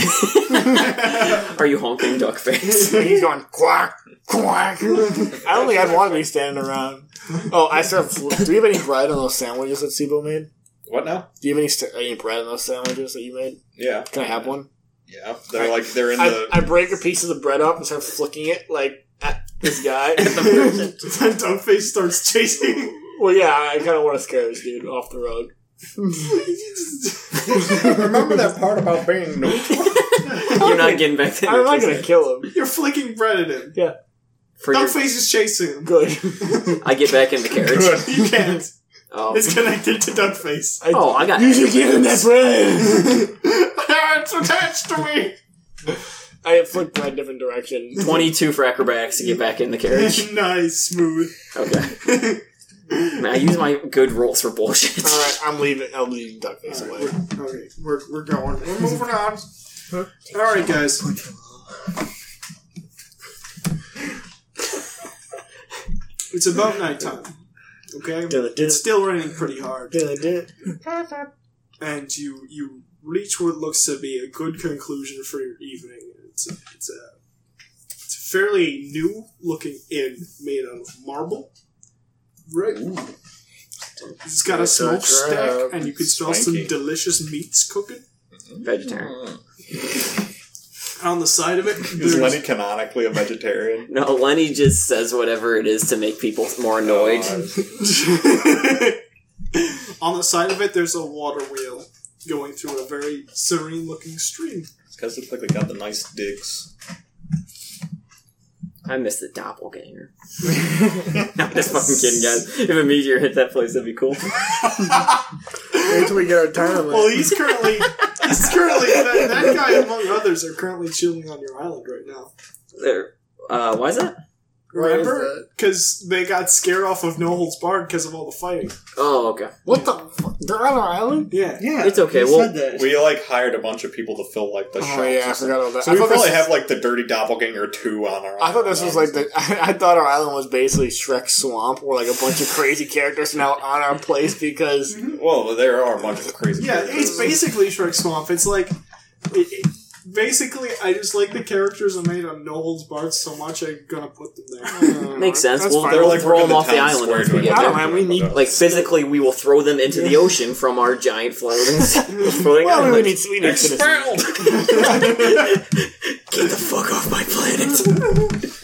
Speaker 4: Are you honking duck face?
Speaker 5: And he's going quack quack. I don't think I'd want to be standing around. Oh, I said, do you have any bread on those sandwiches that Sibo made?
Speaker 7: What now?
Speaker 5: Do you have any st- any bread on those sandwiches that you made?
Speaker 7: Yeah,
Speaker 5: Can I have one?
Speaker 7: yeah. They're like they're in
Speaker 5: I,
Speaker 7: the.
Speaker 5: I break a piece of the bread up and start flicking it like at this guy. well,
Speaker 2: Then Dumbface starts chasing.
Speaker 5: yeah, I kind of want to scare this dude off the road.
Speaker 7: remember that part about being
Speaker 4: You're not getting back to
Speaker 5: I'm not gonna kill him.
Speaker 2: You're flicking bread at him.
Speaker 4: For your,
Speaker 2: Dumbface is chasing him.
Speaker 5: Good.
Speaker 4: I get back in the carriage.
Speaker 2: You can't.
Speaker 4: Oh.
Speaker 2: It's connected to Dumbface.
Speaker 4: oh, I got.
Speaker 5: You should give him that bread.
Speaker 7: It's attached to me.
Speaker 5: I flicked my different direction.
Speaker 4: 22 for acrobatics to get back in the carriage.
Speaker 2: nice, smooth.
Speaker 4: Okay. Man, I use my good rolls for bullshit.
Speaker 5: All right, I'm leaving. I'm leaving Duckface away.
Speaker 2: Okay, we're, we're going. We're moving on. All right, guys. It's about nighttime. Okay, it's still raining pretty hard, and you you reach what looks to be a good conclusion for your evening. It's a, it's a it's a fairly new looking inn made out of marble. Right. It's got a
Speaker 5: It's a
Speaker 2: smokestack,
Speaker 5: trap.
Speaker 2: and you can smell some
Speaker 7: Swanky.
Speaker 2: delicious meats cooking.
Speaker 4: Vegetarian.
Speaker 2: On the side of it,
Speaker 7: Is
Speaker 2: there's-
Speaker 7: Lenny canonically a vegetarian?
Speaker 4: No, Lenny just says whatever it is to make people more annoyed.
Speaker 2: on the side of it, there's a water wheel going through a very serene looking stream.
Speaker 7: Because it like they got the nice dicks.
Speaker 4: I miss the doppelganger. no, I'm just fucking kidding, guys. If a meteor hit that place, that'd be cool.
Speaker 5: Wait till we get our time. limit.
Speaker 2: Well, he's currently he's currently that, that guy among others are currently chilling on your island right now.
Speaker 4: There. Uh, why is that?
Speaker 5: Why is
Speaker 2: Remember,
Speaker 5: that?
Speaker 2: because they got scared off of No Holds Barred because of all the fighting.
Speaker 4: Oh, okay.
Speaker 5: What the? Fuck? They're on an island.
Speaker 2: Yeah,
Speaker 6: Yeah,
Speaker 4: It's okay,
Speaker 6: you
Speaker 4: well,
Speaker 6: said that.
Speaker 7: We like hired a bunch of people to fill like the shops.
Speaker 5: Oh yeah, I
Speaker 7: and stuff.
Speaker 5: forgot all that.
Speaker 7: So
Speaker 5: I,
Speaker 7: we
Speaker 5: thought
Speaker 7: probably
Speaker 5: this,
Speaker 7: have like the Dirty Doppelganger two on our.
Speaker 5: I thought this was like the. I, thought our island was basically Shrek Swamp, where like a bunch of crazy characters now on our place because
Speaker 7: Well, there are a bunch of crazy.
Speaker 2: yeah.
Speaker 7: characters.
Speaker 2: It's basically Shrek Swamp. It's like. It, it, Basically, I just like the characters I made on No Holds Barred so much. I'm gonna put them there.
Speaker 4: Makes sense.
Speaker 5: That's
Speaker 4: Well,
Speaker 5: fine.
Speaker 4: they're
Speaker 5: We'll
Speaker 4: like
Speaker 7: we're
Speaker 4: throw
Speaker 7: in
Speaker 4: them off the
Speaker 7: town
Speaker 4: island
Speaker 7: square
Speaker 4: once we
Speaker 7: doing
Speaker 4: get
Speaker 5: I
Speaker 4: there.
Speaker 5: don't know, we need-
Speaker 7: But, uh,
Speaker 4: Like physically, we will throw them into the ocean from our giant floating, floating
Speaker 5: well, we
Speaker 4: island.
Speaker 5: need we need citizens.
Speaker 4: Get the fuck off my planet!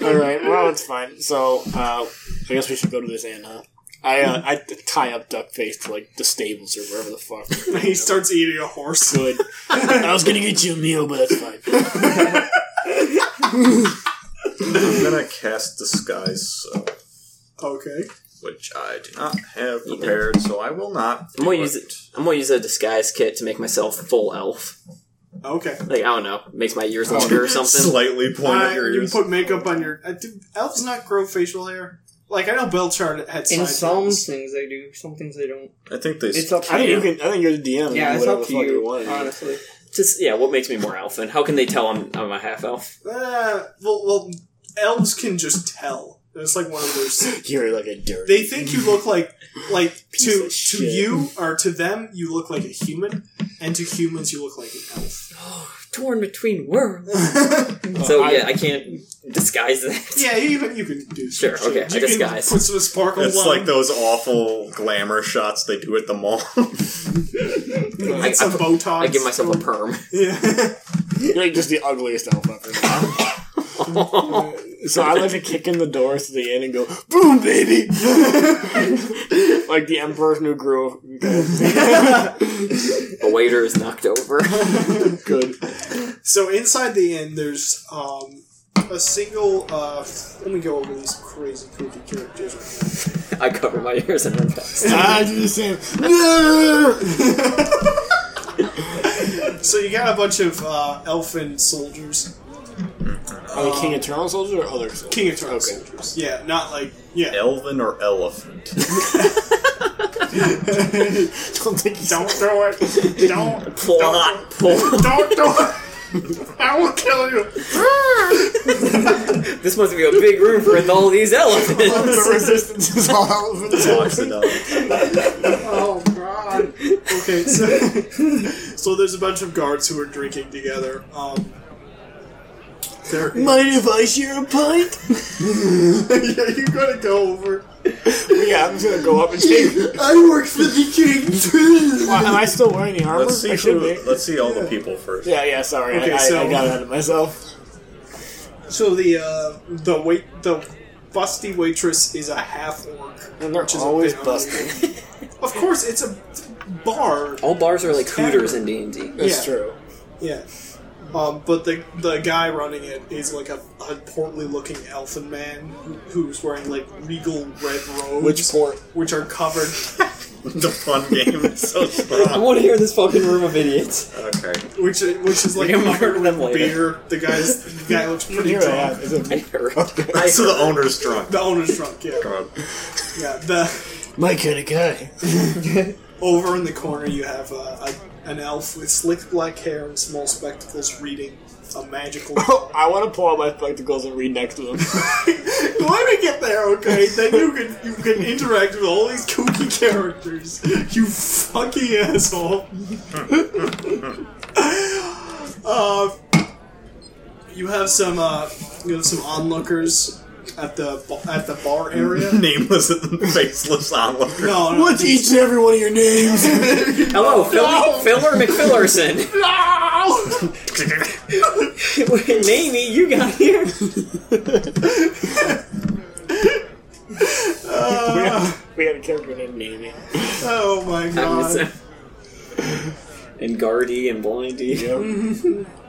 Speaker 5: All right, well it's fine. So uh, I guess we should go to this inn, huh? I uh, I tie up Duckface to like the stables or wherever the fuck.
Speaker 2: he starts eating a horse.
Speaker 5: Good. I was gonna get you a meal, but that's fine.
Speaker 7: I'm gonna cast disguise, so,
Speaker 2: Okay.
Speaker 7: which I do not have prepared, so I will not.
Speaker 4: I'm gonna use it. I'm gonna use a disguise kit to make myself full elf.
Speaker 2: Okay.
Speaker 4: Like I don't know, makes my ears longer or something.
Speaker 7: Slightly point
Speaker 2: Uh,
Speaker 7: at your
Speaker 2: you
Speaker 7: ears.
Speaker 2: put makeup on your. Uh, do elves not grow facial hair? Like I know Belchard had
Speaker 6: In
Speaker 2: side
Speaker 6: some
Speaker 2: bangs.
Speaker 6: things they do, some things they don't.
Speaker 7: I think they.
Speaker 6: It's up to
Speaker 5: I think
Speaker 6: you.
Speaker 5: you can. I think you're the DM. and
Speaker 6: yeah,
Speaker 5: do
Speaker 6: it's
Speaker 5: whatever
Speaker 6: up
Speaker 5: the
Speaker 6: to
Speaker 5: fuck
Speaker 6: you. Uh,
Speaker 5: want.
Speaker 6: honestly,
Speaker 4: Just yeah, what makes me more elf? And how can they tell I'm I'm a half elf?
Speaker 2: Uh, well, well, elves can just tell. It's like one of those.
Speaker 5: You're like a dirty.
Speaker 2: They think you look like like
Speaker 5: of
Speaker 2: to
Speaker 5: shit.
Speaker 2: to you or to them you look like a human, and to humans you look like an elf.
Speaker 4: Torn between worlds. so yeah, I can't disguise that.
Speaker 2: Yeah, you even you can do some
Speaker 4: Sure,
Speaker 2: shit.
Speaker 4: okay, I
Speaker 2: You can
Speaker 4: disguise.
Speaker 2: Put some sparkle.
Speaker 7: It's
Speaker 2: on.
Speaker 7: like those awful glamour shots they do at the mall.
Speaker 4: I,
Speaker 2: some
Speaker 4: I,
Speaker 2: Botox.
Speaker 4: I give myself a perm.
Speaker 2: Yeah.
Speaker 5: You're like just the ugliest elf ever. so I like to kick in the doors to the inn and go, "Boom, baby!" like the Emperor's New Groove.
Speaker 4: A waiter is knocked over.
Speaker 5: Good.
Speaker 2: So inside the inn, there's um, a single. Uh, let me go over these crazy, creepy characters. Right now.
Speaker 4: I cover my ears and I'm back.
Speaker 5: I do the same. No!
Speaker 2: So you got a bunch of uh, elfin soldiers,
Speaker 5: Are they King Eternal soldiers or other soldiers?
Speaker 2: King Eternal
Speaker 5: Okay.
Speaker 2: soldiers. Yeah, not like yeah.
Speaker 7: Elven or elephant?
Speaker 5: Don't think he's
Speaker 2: Don't throw it. Don't
Speaker 4: Pull not pull.
Speaker 2: don't throw it. I will kill you.
Speaker 4: This must be a big room for all these elephants.
Speaker 5: the resistance is all over the top.
Speaker 7: Oxidon.
Speaker 2: Oh god. Okay, so so there's a bunch of guards who are drinking together. Um, they're
Speaker 5: Mind if I share a pint?
Speaker 2: yeah, you gotta go over.
Speaker 5: yeah, I'm just gonna go up and take.
Speaker 2: I work for the king too.
Speaker 5: Why, am I still wearing the armor?
Speaker 7: Let's see
Speaker 5: I should
Speaker 7: who.
Speaker 5: be.
Speaker 7: Let's see all the people first.
Speaker 5: Yeah, yeah. Sorry,
Speaker 2: Okay,
Speaker 5: I, I,
Speaker 2: so-
Speaker 5: I got ahead of myself.
Speaker 2: So the uh, the wait the busty waitress is a half orc,
Speaker 5: And they're
Speaker 2: which is a
Speaker 5: always
Speaker 2: bit
Speaker 5: busting.
Speaker 2: unbelievable. Of course, it's a bar.
Speaker 4: All bars are like Hooters in D and D.
Speaker 5: That's
Speaker 2: Yeah.
Speaker 5: true.
Speaker 2: Yeah. Um, but the the guy running it is like a, a portly looking elfin man who, who's wearing like regal red robes,
Speaker 5: Which port?
Speaker 2: which are covered
Speaker 7: the fun game is so strong.
Speaker 4: want to hear this fucking room of idiots.
Speaker 7: Okay.
Speaker 2: Which which is like
Speaker 4: We're gonna murder them later.
Speaker 2: beer. The guy's the guy looks pretty
Speaker 5: Here I
Speaker 2: drunk.
Speaker 5: am. It's a
Speaker 7: So the owner's drunk.
Speaker 2: The owner's drunk. Yeah,
Speaker 7: God.
Speaker 2: yeah. The
Speaker 5: my kind of guy.
Speaker 2: over in the corner you have uh, a, an elf with slick black hair and small spectacles reading a magical.
Speaker 5: I want to pull out my spectacles and read next to him.
Speaker 2: Let me get there, okay? Then you can you can interact with all these kooky characters. You fucking asshole. uh, you have some uh, you have some onlookers at the ba- at the bar area.
Speaker 7: Nameless and faceless onlooker.
Speaker 2: No, no.
Speaker 5: What's each and every one of your names?
Speaker 4: Hello, Phil, Filler McPhillerson. Namey, you got here.
Speaker 5: Uh. we had a character named Navy.
Speaker 2: Oh my god.
Speaker 4: and Guardy and Blindy.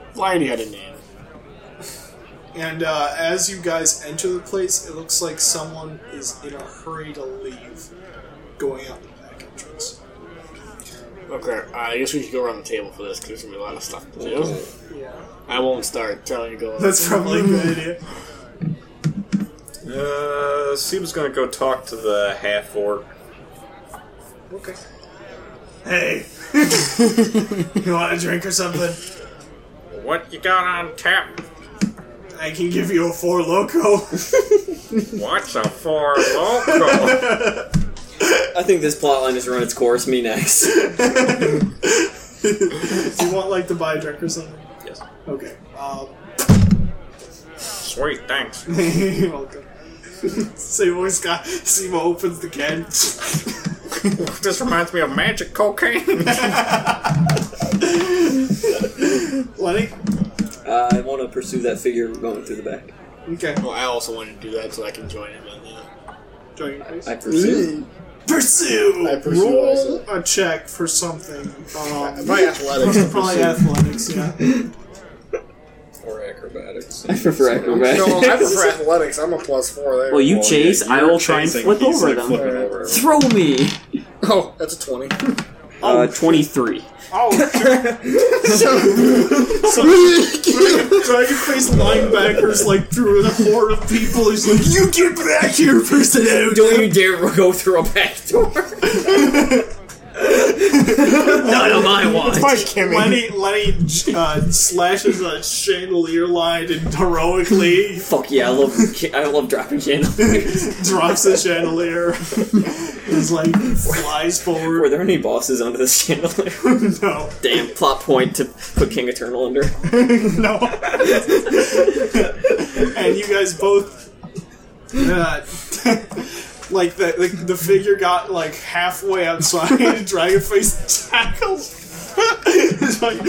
Speaker 5: Blindy had a name.
Speaker 2: And uh, as you guys enter the place, it looks like someone is in a hurry to leave, going out the back entrance.
Speaker 5: Okay, uh, I guess we should go around the table for this because there's gonna be a lot of stuff to do.
Speaker 2: Yeah,
Speaker 5: I won't start telling you go.
Speaker 2: that's probably a good idea.
Speaker 7: Uh, Seba's gonna go talk to the half orc.
Speaker 2: Okay. Hey, you want a drink or something?
Speaker 11: What you got on tap?
Speaker 2: I can give you a four loco.
Speaker 11: What's a four loco?
Speaker 4: I think this plotline has run its course. Me next.
Speaker 2: you want like to buy a drink or something?
Speaker 4: Yes.
Speaker 2: Okay. Um,
Speaker 11: Sweet, thanks.
Speaker 2: you're welcome. Simo Scott. Simo opens the can.
Speaker 11: This reminds me of magic cocaine.
Speaker 2: Lenny.
Speaker 4: Uh, I want to pursue that figure going through the back.
Speaker 2: Okay.
Speaker 5: Well, I also wanted to do that so I can join him. But uh, yeah.
Speaker 2: Join your face.
Speaker 4: I pursue.
Speaker 2: Pursue.
Speaker 5: I pursue
Speaker 2: Roll
Speaker 5: also.
Speaker 2: a check for something. Um,
Speaker 5: My athletics.
Speaker 2: probably athletics. Yeah.
Speaker 7: Or acrobatics.
Speaker 4: I prefer acrobat.
Speaker 5: No, I
Speaker 7: prefer
Speaker 5: athletics. I'm a plus four there.
Speaker 4: Well, you chase. I will try and flip over them. Throw me.
Speaker 5: Oh, that's a twenty.
Speaker 4: Uh, twenty-three.
Speaker 2: Dragon face linebackers like through a horde of people. He's like, you get back here, person.
Speaker 4: Don't you dare go through a back door. Not on my watch.
Speaker 2: Lenny, Lenny uh, slashes a chandelier line and heroically
Speaker 4: Fuck yeah! I love I love dropping chandeliers.
Speaker 2: drops the chandelier. He's like flies
Speaker 4: Were
Speaker 2: forward.
Speaker 4: there any bosses under this chandelier?
Speaker 2: No,
Speaker 4: Damn plot point to put King Eternal under.
Speaker 2: no. and you guys both, uh, like the, the the figure got like halfway outside, and Dragonface tackles. It's like,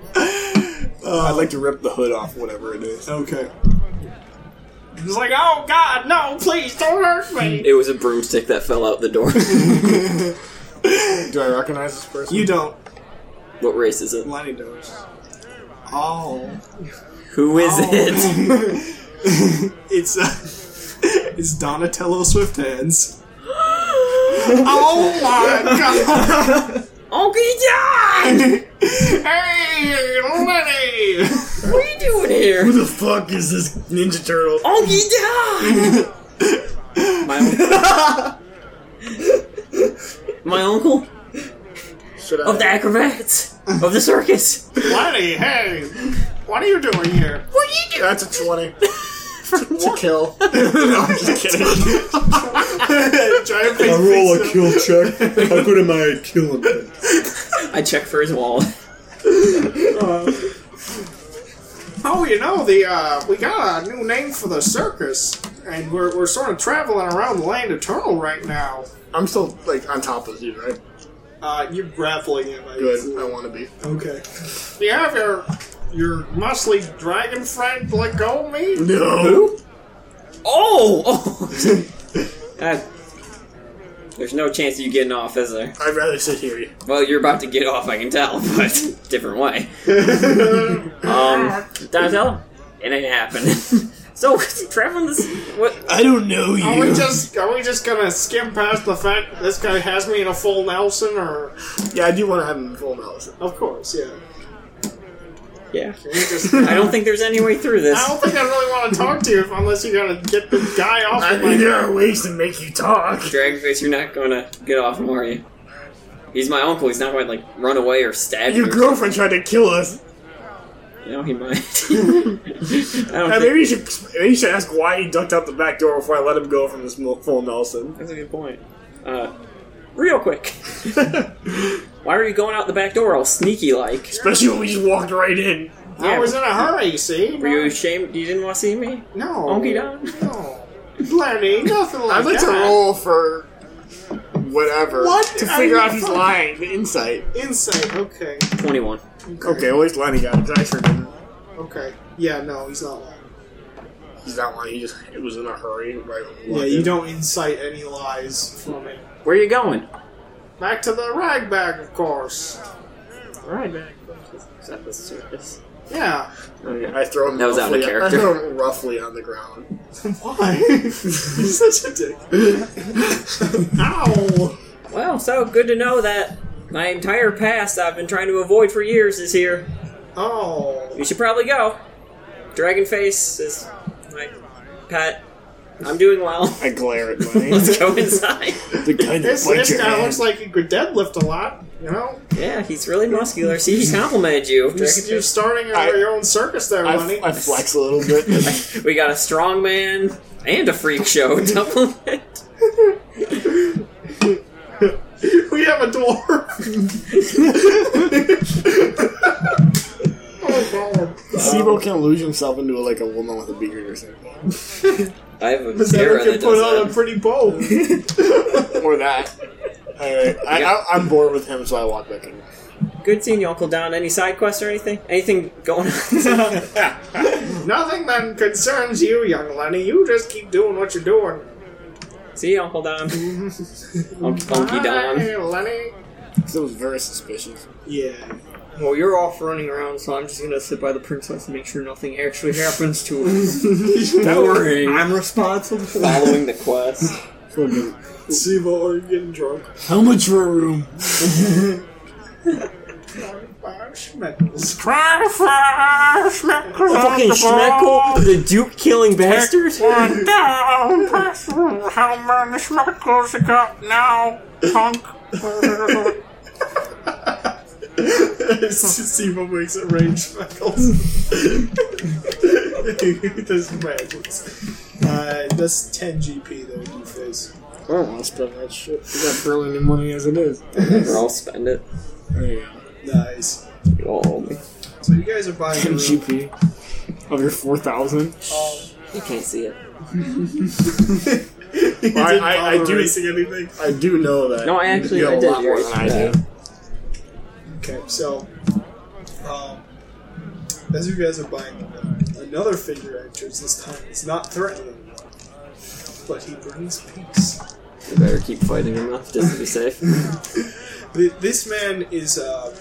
Speaker 5: I'd like to rip the hood off, whatever it is.
Speaker 2: okay.
Speaker 11: He's like, oh god, no, please don't hurt me.
Speaker 4: It was a broomstick that fell out the door.
Speaker 5: Do I recognize this person?
Speaker 2: You don't.
Speaker 4: what race is it?
Speaker 2: Lenny does. Oh.
Speaker 4: Who is it?
Speaker 2: It's uh, it's Donatello Swift Hands. oh my god!
Speaker 4: Okay, yeah.
Speaker 11: Hey, Lenny!
Speaker 4: What are you doing here?
Speaker 5: Who the fuck is this Ninja Turtle?
Speaker 4: Onky die! My uncle. My uncle?
Speaker 5: Should I?
Speaker 4: Of the acrobats? Of the circus?
Speaker 2: Lenny, hey, what are you doing here?
Speaker 5: That's a twenty. to kill. no, I'm just kidding.
Speaker 2: Giant face
Speaker 7: roll a
Speaker 2: picks
Speaker 7: kill check. How good am I at killing them?
Speaker 4: I check for his wallet.
Speaker 2: up- Oh, you know the uh, we got a new name for the circus, and we're we're sort of traveling around the land of turtle right now.
Speaker 5: I'm still like on top of you, right?
Speaker 2: Uh, you're grappling him. I
Speaker 5: Good. I want to be.
Speaker 2: Okay.
Speaker 11: Do you have your, your muscly dragon friend let go of me?
Speaker 5: No.
Speaker 4: Oh! oh. Uh, there's no chance of you getting off, is there?
Speaker 5: I'd rather sit here.
Speaker 4: Well, you're about to get off, I can tell, but different way. um, Donatello? It ain't happening. So traveling this what
Speaker 5: I don't know
Speaker 2: Are we
Speaker 5: you.
Speaker 2: just are we just gonna skim past the fact that this guy has me in a full Nelson or
Speaker 5: Yeah, I do want to have him full knowledge.
Speaker 2: of course, yeah.
Speaker 4: Yeah.
Speaker 2: We just-
Speaker 4: I don't think there's any way through
Speaker 2: I
Speaker 4: this.
Speaker 2: don't think I really want to talk to you unless you're gonna get the guy off
Speaker 5: I
Speaker 2: of
Speaker 5: mean,
Speaker 2: my
Speaker 5: there are ways to make you talk.
Speaker 4: Dragonface, you're not gonna get off him, are you? He's my uncle, he's not gonna like run away or stab
Speaker 5: Your
Speaker 4: you.
Speaker 5: girlfriend tried to kill us.
Speaker 4: you know, he might. I don't
Speaker 5: Now,
Speaker 4: think
Speaker 5: Uh, maybe you should maybe you should ask why he ducked out the back door before I let him go from this mo- full Nelson.
Speaker 4: That's a good point. Uh, real quick. Why are you going out the back door all sneaky like?
Speaker 5: Especially when we just walked right in.
Speaker 2: I was in a hurry, see?
Speaker 4: Were you ashamed you didn't want to see me?
Speaker 2: No.
Speaker 4: Honky Don?
Speaker 2: No. Lenny, nothing like
Speaker 5: I'd like to
Speaker 2: that.
Speaker 5: roll for whatever
Speaker 2: What?
Speaker 5: to
Speaker 2: Are
Speaker 5: figure
Speaker 2: you
Speaker 5: out if he's
Speaker 2: fucking-
Speaker 5: lying. The insight.
Speaker 2: Insight, okay.
Speaker 4: 21.
Speaker 5: Okay, at least Lenny got it. 'cause I sure didn't.
Speaker 2: Okay. Yeah, no, he's not lying.
Speaker 5: He's not lying. He just it was in a hurry. Right. when we
Speaker 2: Yeah,
Speaker 5: walked
Speaker 2: you
Speaker 5: in.
Speaker 2: don't incite any lies from it.
Speaker 4: Where are you going?
Speaker 2: Back to the rag bag, of course.
Speaker 4: Alright, man. Is that the surface?
Speaker 2: Yeah.
Speaker 5: Okay, I throw him.
Speaker 4: That was out of
Speaker 5: roughly-
Speaker 4: character.
Speaker 5: I throw him roughly on the ground.
Speaker 2: Why?
Speaker 5: He's such a dick.
Speaker 2: Ow!
Speaker 4: Well, so good to know that my entire past I've been trying to avoid for years is here.
Speaker 2: Oh.
Speaker 4: We should probably go. Dragonface is my pet. I'm doing well.
Speaker 5: I glare at Lenny.
Speaker 4: Let's go inside.
Speaker 5: the kind
Speaker 2: This, this guy looks like he could deadlift a lot, you know?
Speaker 4: Yeah, he's really muscular. See, he complimented you.
Speaker 2: You're,
Speaker 4: Dragonface.
Speaker 2: you're starting your-
Speaker 5: I-
Speaker 2: your own circus there,
Speaker 5: I,
Speaker 2: Lenny.
Speaker 5: I flex a little bit.
Speaker 4: We got a strong man and a freak show. Double it.
Speaker 2: we have a dwarf! oh, God.
Speaker 5: Sibo can lose himself into like a woman with a beard or something,
Speaker 4: I have a
Speaker 2: Then
Speaker 4: Sarah
Speaker 2: we
Speaker 4: that
Speaker 2: can put on a
Speaker 4: does that.
Speaker 2: pretty bow.
Speaker 5: or that. Anyway, I, I, I'm bored with him, so I walk back in.
Speaker 4: Good seeing you, Uncle Don. Any side quests or anything? Anything going on?
Speaker 2: Nothing that concerns you, young Lenny. You just keep doing what you're doing.
Speaker 4: See you, Uncle Don. Un- Unky Don.
Speaker 2: Hi, Lenny.
Speaker 5: It was very suspicious.
Speaker 2: Yeah.
Speaker 6: Well, you're off running around, so I'm just gonna sit by the princess and make sure nothing actually happens to her.
Speaker 4: Boring.
Speaker 6: I'm responsible.
Speaker 4: Following the quest.
Speaker 2: Sibo, are you getting drunk?
Speaker 5: How much for a room?
Speaker 2: Marshmallows.
Speaker 4: Fucking Schmeckle, the Duke killing bastard.
Speaker 2: Sibo makes it rain schmeckles. This magic. Uh, that's 10 GP though, you face.
Speaker 5: I don't want to spend that shit. We got barely any money as it is.
Speaker 4: Or I'll spend it.
Speaker 5: There you go.
Speaker 2: Nice.
Speaker 4: You all owe me.
Speaker 2: So you guys are buying a room.
Speaker 5: GP of your four thousand.
Speaker 4: You can't see it.
Speaker 5: I, I, I do
Speaker 2: Racing anything.
Speaker 5: I do know that.
Speaker 4: No, I actually-
Speaker 5: you
Speaker 4: I
Speaker 5: know
Speaker 4: did
Speaker 5: a lot more
Speaker 4: yours.
Speaker 5: than I
Speaker 4: Yeah.
Speaker 5: do.
Speaker 2: Okay, so um, as you guys are buying the wine, another figure enters this time. It's not threatening, but he brings peace.
Speaker 4: You better keep fighting him off just to be safe.
Speaker 2: Th- This man is uh,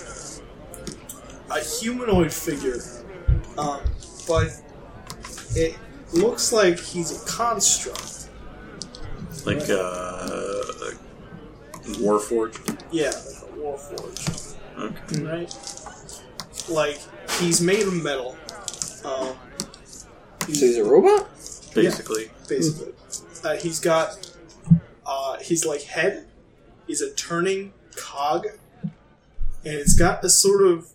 Speaker 2: a humanoid figure, um, but it looks like he's a construct.
Speaker 1: Like, uh. Warforged?
Speaker 2: Yeah, like a warforged,
Speaker 1: Okay.
Speaker 2: right? Like he's made of metal. Um,
Speaker 4: So he's a robot?
Speaker 1: Basically.
Speaker 2: basically. Uh, he's got uh, his like head is a turning cog, and it's got a sort of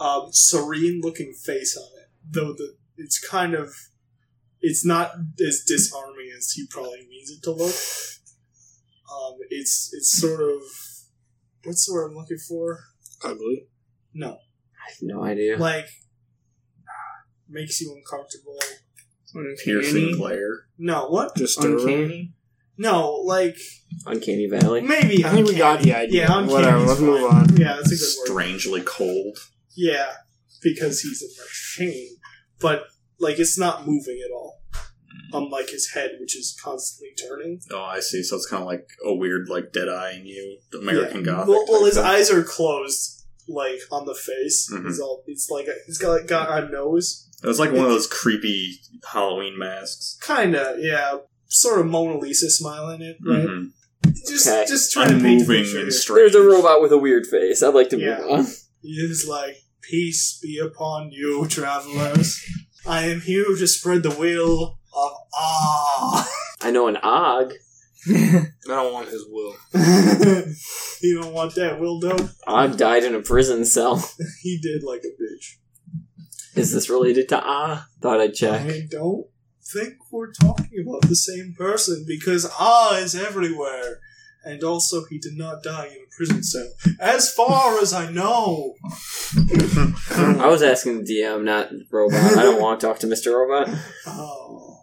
Speaker 2: um, serene looking face on it, though the it's kind of it's not as disarming as he probably means it to look. Um, it's it's sort of what's the word I'm looking for?
Speaker 5: Ugly.
Speaker 2: No,
Speaker 4: I have no idea.
Speaker 2: like makes you uncomfortable.
Speaker 1: Piercing
Speaker 6: Uncanny.
Speaker 1: glare.
Speaker 2: No, what?
Speaker 5: Disturbing.
Speaker 6: Uncanny.
Speaker 2: No, like
Speaker 4: Uncanny Valley.
Speaker 2: maybe
Speaker 5: I think we got the idea.
Speaker 2: Yeah, uncanny.
Speaker 5: Whatever.
Speaker 2: is
Speaker 5: Let's move
Speaker 2: fine.
Speaker 5: on.
Speaker 2: Yeah, that's a good word.
Speaker 1: Strangely cold.
Speaker 2: Yeah, because he's a machine, but like it's not moving at all, unlike his head, which is constantly turning.
Speaker 1: Oh, I see. So it's kind of like a weird, like, dead eyeing you, American
Speaker 2: yeah.
Speaker 1: Gothic.
Speaker 2: Well, well,
Speaker 1: type
Speaker 2: his
Speaker 1: thing.
Speaker 2: eyes are closed, like on the face.
Speaker 1: Mhm.
Speaker 2: He's all. It's like a, he's got got a nose,
Speaker 6: It was like one of those creepy Halloween masks.
Speaker 2: Kinda, yeah. Sort of Mona Lisa smile in it, right?
Speaker 6: Mhm.
Speaker 2: Just,
Speaker 4: Okay.
Speaker 2: just trying to paint a
Speaker 6: Unmoving
Speaker 2: picture.
Speaker 6: and
Speaker 2: here.
Speaker 6: strange.
Speaker 4: There's a robot with a weird face. I'd like to
Speaker 2: Yeah.
Speaker 4: move on.
Speaker 2: He is like, Peace be upon you, travelers. I am here to spread the will of ah.
Speaker 4: I know an Og.
Speaker 5: I don't want his will.
Speaker 2: you don't want that, Wildo?
Speaker 4: Og died in a prison cell.
Speaker 2: He did like a bitch.
Speaker 4: Is this related to Ah? Thought I'd check.
Speaker 2: I don't think we're talking about the same person because Ah is everywhere. And also, he did not die in a prison cell. As far as I know!
Speaker 4: I was asking the DM, not robot. I don't want to talk to Mr. Robot.
Speaker 2: Oh,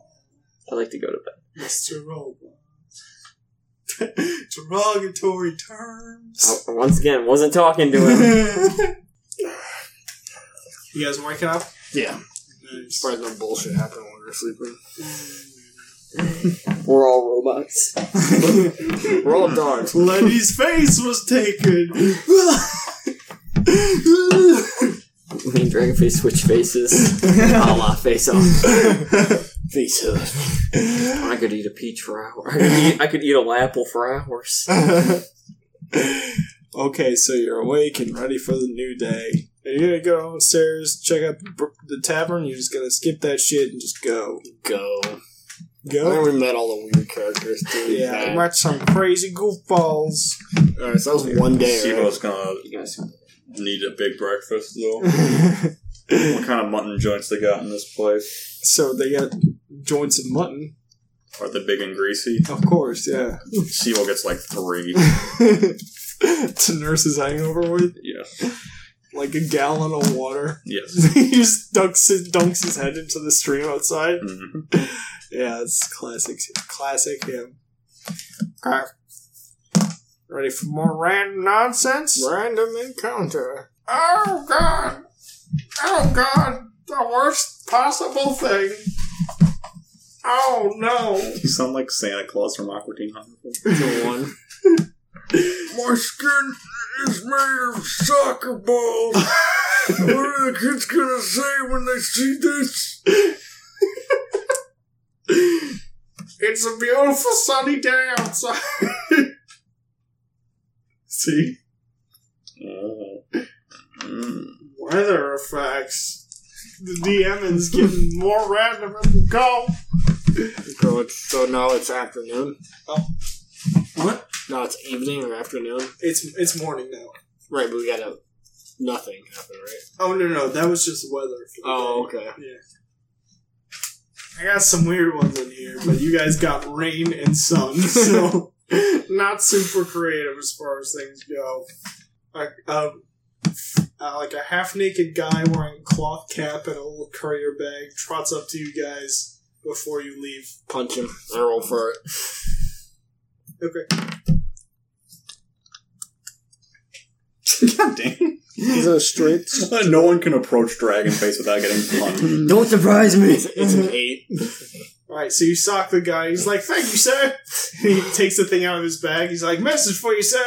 Speaker 4: I like to go to bed.
Speaker 2: Mr. Robot. Derogatory terms.
Speaker 4: I, Oh, once again, wasn't talking to him.
Speaker 2: You guys waking up?
Speaker 5: Yeah. As far as no bullshit happening when we're sleeping.
Speaker 4: We're all robots. We're all dogs.
Speaker 2: Letty's face was taken!
Speaker 4: Me and Dragonface switch faces. a la face off.
Speaker 5: Face off.
Speaker 4: I could eat a peach for hours. I could eat, I could eat an apple for hours.
Speaker 2: okay, so you're awake and ready for the new day. Are you gonna go downstairs, check out the br- the tavern? You're just gonna skip that shit and just go.
Speaker 5: Go. I
Speaker 2: Go?
Speaker 5: remember we met all the weird characters too.
Speaker 2: Yeah,
Speaker 5: Bad.
Speaker 2: watch some crazy goofballs.
Speaker 5: Alright, so that was one day.
Speaker 6: Sibo's
Speaker 5: Right?
Speaker 6: gonna
Speaker 4: You guys,
Speaker 6: need a big breakfast though. what kind of mutton joints they got in this place?
Speaker 2: So they got joints of mutton,
Speaker 6: Are they big and greasy?
Speaker 2: of course, yeah.
Speaker 6: Sibo gets like three.
Speaker 2: to nurses hangover with,
Speaker 6: yes,
Speaker 2: like a gallon of water.
Speaker 6: yes.
Speaker 2: he just dunks his, dunks his head into the stream outside.
Speaker 5: Mm-hmm.
Speaker 6: hmm
Speaker 2: Yeah, it's classic, classic him. Okay. Ready for more random nonsense?
Speaker 5: Random encounter.
Speaker 2: Oh god! Oh god! The worst possible thing! Oh no!
Speaker 6: You sound like Santa Claus from Aqua Teen Hunger.
Speaker 5: The one. My skin is made of soccer balls. what are the kids gonna say when they see this?
Speaker 2: It's a beautiful sunny day outside! See?
Speaker 6: Oh. Mm.
Speaker 2: Weather effects. The DM is getting more random as we go!
Speaker 5: So, it's, so now it's afternoon.
Speaker 2: Oh. What?
Speaker 5: Now it's evening or afternoon.
Speaker 2: It's, it's morning now.
Speaker 5: Right, but we got a nothing happen, right?
Speaker 2: Oh no no, that was just weather. for the
Speaker 5: Oh,
Speaker 2: day.
Speaker 5: okay.
Speaker 2: I got some weird ones in here, but you guys got rain and sun, so not super creative as far as things go. Like um, uh, like a half naked guy wearing a cloth cap and a little courier bag trots up to you guys before you leave.
Speaker 5: Punch him. I roll for it.
Speaker 2: Okay.
Speaker 6: God damn.
Speaker 5: Is it a straight?
Speaker 6: No one can approach Dragonface without getting punched.
Speaker 4: Don't surprise me.
Speaker 5: It's an eight.
Speaker 2: Alright, so you sock the guy. He's like, thank you, sir. he takes the thing out of his bag. He's like, message for you, sir.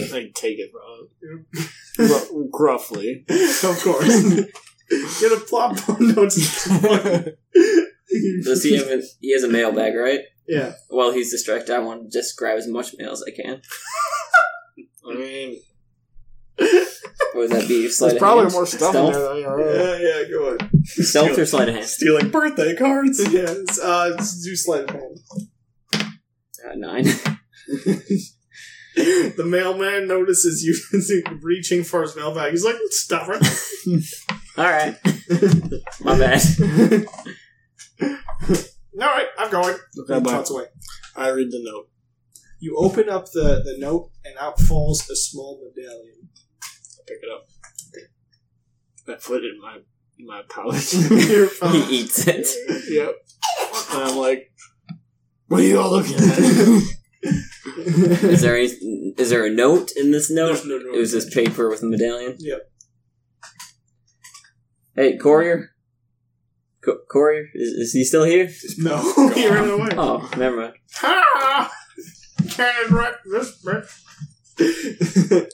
Speaker 5: I take it wrong. Gru- gruffly.
Speaker 2: of course. Get a plot point. No, just
Speaker 4: Does he have? A, he has a mailbag, right?
Speaker 2: Yeah.
Speaker 4: While he's distracted, I want to just grab as much mail as I can.
Speaker 5: I mean,
Speaker 4: What would that be? Sleight
Speaker 5: there's
Speaker 4: of
Speaker 5: probably
Speaker 4: hand?
Speaker 5: more stuff in
Speaker 4: Stealth?
Speaker 5: there than you're
Speaker 2: Yeah, yeah, go on.
Speaker 4: Stealth or sleight of hand?
Speaker 6: Stealing birthday cards.
Speaker 2: Yeah, it's, uh, it's do sleight of hand.
Speaker 4: Uh, nine.
Speaker 2: The mailman notices you reaching for his mailbag. He's like, stop it.
Speaker 4: All right. My bad.
Speaker 2: All right, I'm going.
Speaker 5: Okay,
Speaker 2: he
Speaker 5: bye.
Speaker 2: trots away.
Speaker 5: I read the note.
Speaker 2: You open up the, the note, and out falls a small medallion.
Speaker 5: Pick it up. I put it in my in my pouch.
Speaker 2: Your
Speaker 4: He
Speaker 2: phone.
Speaker 4: eats it.
Speaker 5: yep. And I'm like, what are you all looking at?
Speaker 4: Is there any, is there a note in this note?
Speaker 2: There's no note.
Speaker 4: It was this paper with a medallion.
Speaker 2: Yep.
Speaker 4: Hey, courier. Co- courier, is, is he still here?
Speaker 2: No, he ran away.
Speaker 4: Oh, never mind.
Speaker 2: Ha! Can't wreck this bitch.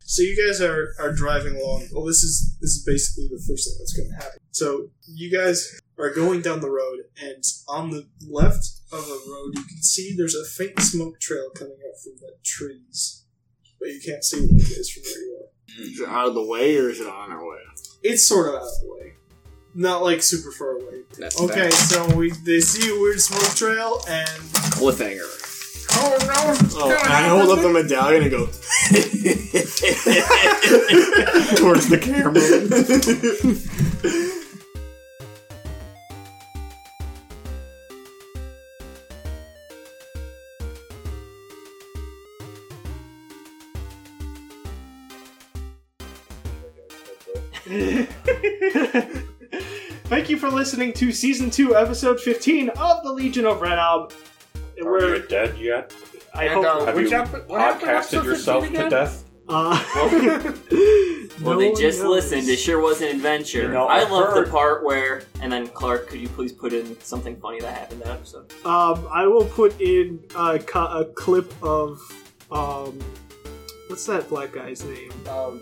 Speaker 12: So you guys are, are driving along. Well, this is this is basically the first thing that's going to happen. So you guys are going down the road, and on the left of the road, you can see there's a faint smoke trail coming up from the trees, but you can't see what it is from where you are.
Speaker 5: Is it out of the way or is it on our way?
Speaker 12: It's sort of out of the way, not like super far away.
Speaker 4: That's
Speaker 12: Okay, so we they see a weird smoke trail, and
Speaker 4: that cliffhanger.
Speaker 5: Oh, I hold up the medallion and go towards the camera.
Speaker 2: Thank you for listening to season two, episode fifteen of the Legion of Renob.
Speaker 13: Are
Speaker 2: We're
Speaker 13: you dead yet?
Speaker 2: I hope.
Speaker 13: Have you podcasted yourself to death?
Speaker 2: Uh,
Speaker 4: Well, they just listened. It sure was an adventure.
Speaker 13: You know,
Speaker 4: I
Speaker 13: I've
Speaker 4: love
Speaker 13: heard-
Speaker 4: the part where, and then Clark, could you please put in something funny that happened that episode?
Speaker 2: um, I will put in a, co- a clip of um, what's that black guy's name?
Speaker 7: Oh,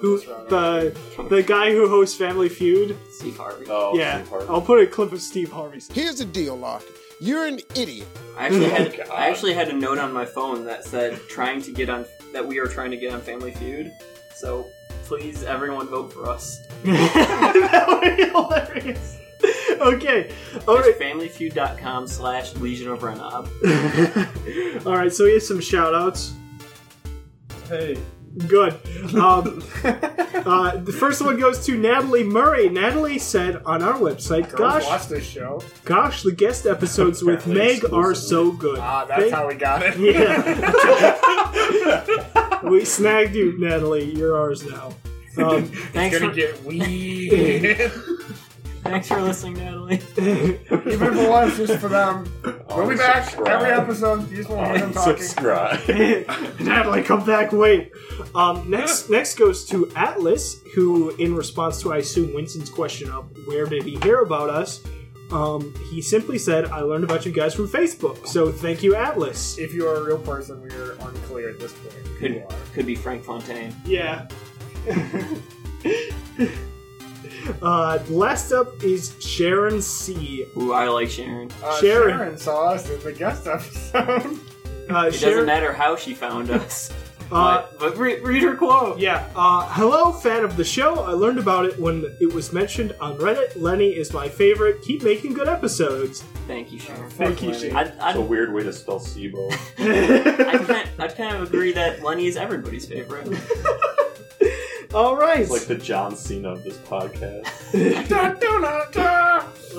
Speaker 2: Who the the guy who hosts Family Feud?
Speaker 4: Steve Harvey.
Speaker 7: Oh,
Speaker 13: No.
Speaker 2: yeah,
Speaker 13: too hard.
Speaker 2: I'll put a clip of Steve Harvey's.
Speaker 14: Here's the deal, Larkin. You're an idiot.
Speaker 4: I actually, had,
Speaker 13: God.
Speaker 4: I actually had a note on my phone that said trying to get on that we are trying to get on Family Feud. So please, everyone, vote for us.
Speaker 2: that would be hilarious. Okay, all right.
Speaker 4: It's FamilyFeud.com slash Legion of Renob.
Speaker 2: All right, so we have some shout outs.
Speaker 7: Hey.
Speaker 2: Good. Um, uh, the first one goes to Natalie Murray. Natalie said on our website,
Speaker 7: Girls
Speaker 2: "Gosh,
Speaker 7: watch this show.
Speaker 2: gosh, the guest episodes with Meg are so good."
Speaker 7: Ah, that's
Speaker 2: Thank-
Speaker 7: how we got it.
Speaker 2: Yeah. we snagged you, Natalie. You're ours now. Um,
Speaker 4: Thanks
Speaker 7: It's gonna
Speaker 4: for,
Speaker 7: get weird.
Speaker 4: thanks for listening, Natalie.
Speaker 7: Even for once, just for them. We'll be back every
Speaker 13: Unsubscribe.
Speaker 7: episode. You just want to hear them talking.
Speaker 13: Unsubscribe.
Speaker 2: Natalie, come back. Wait. Um, next, next goes to Atlas, who, in response to I assume Winston's question of where did he hear about us, um, he simply said, "I learned about you guys from Facebook." So thank you, Atlas.
Speaker 7: If you are a real person, we are unclear at this point. Who
Speaker 4: Could,
Speaker 7: you are.
Speaker 4: could be Frank Fontaine.
Speaker 2: Yeah. uh, last up is Sharon C.
Speaker 4: Ooh, I like Sharon.
Speaker 7: Uh,
Speaker 2: Sharon.
Speaker 7: Sharon. saw us in the guest episode.
Speaker 2: Uh,
Speaker 4: It doesn't matter how she found us.
Speaker 2: uh,
Speaker 4: but but re- read her quote.
Speaker 2: Yeah. Uh, hello, fan of the show. I learned about it when it was mentioned on Reddit. Lenny is my favorite. Keep making good episodes.
Speaker 4: Thank you, Sharon.
Speaker 2: Thank you, Shane.
Speaker 4: I'd,
Speaker 13: It's a
Speaker 4: I'd,
Speaker 13: weird way to spell SIBO.
Speaker 4: I'd, kind I'd kind of agree that Lenny is everybody's favorite.
Speaker 2: All right.
Speaker 13: It's like the John Cena of this podcast.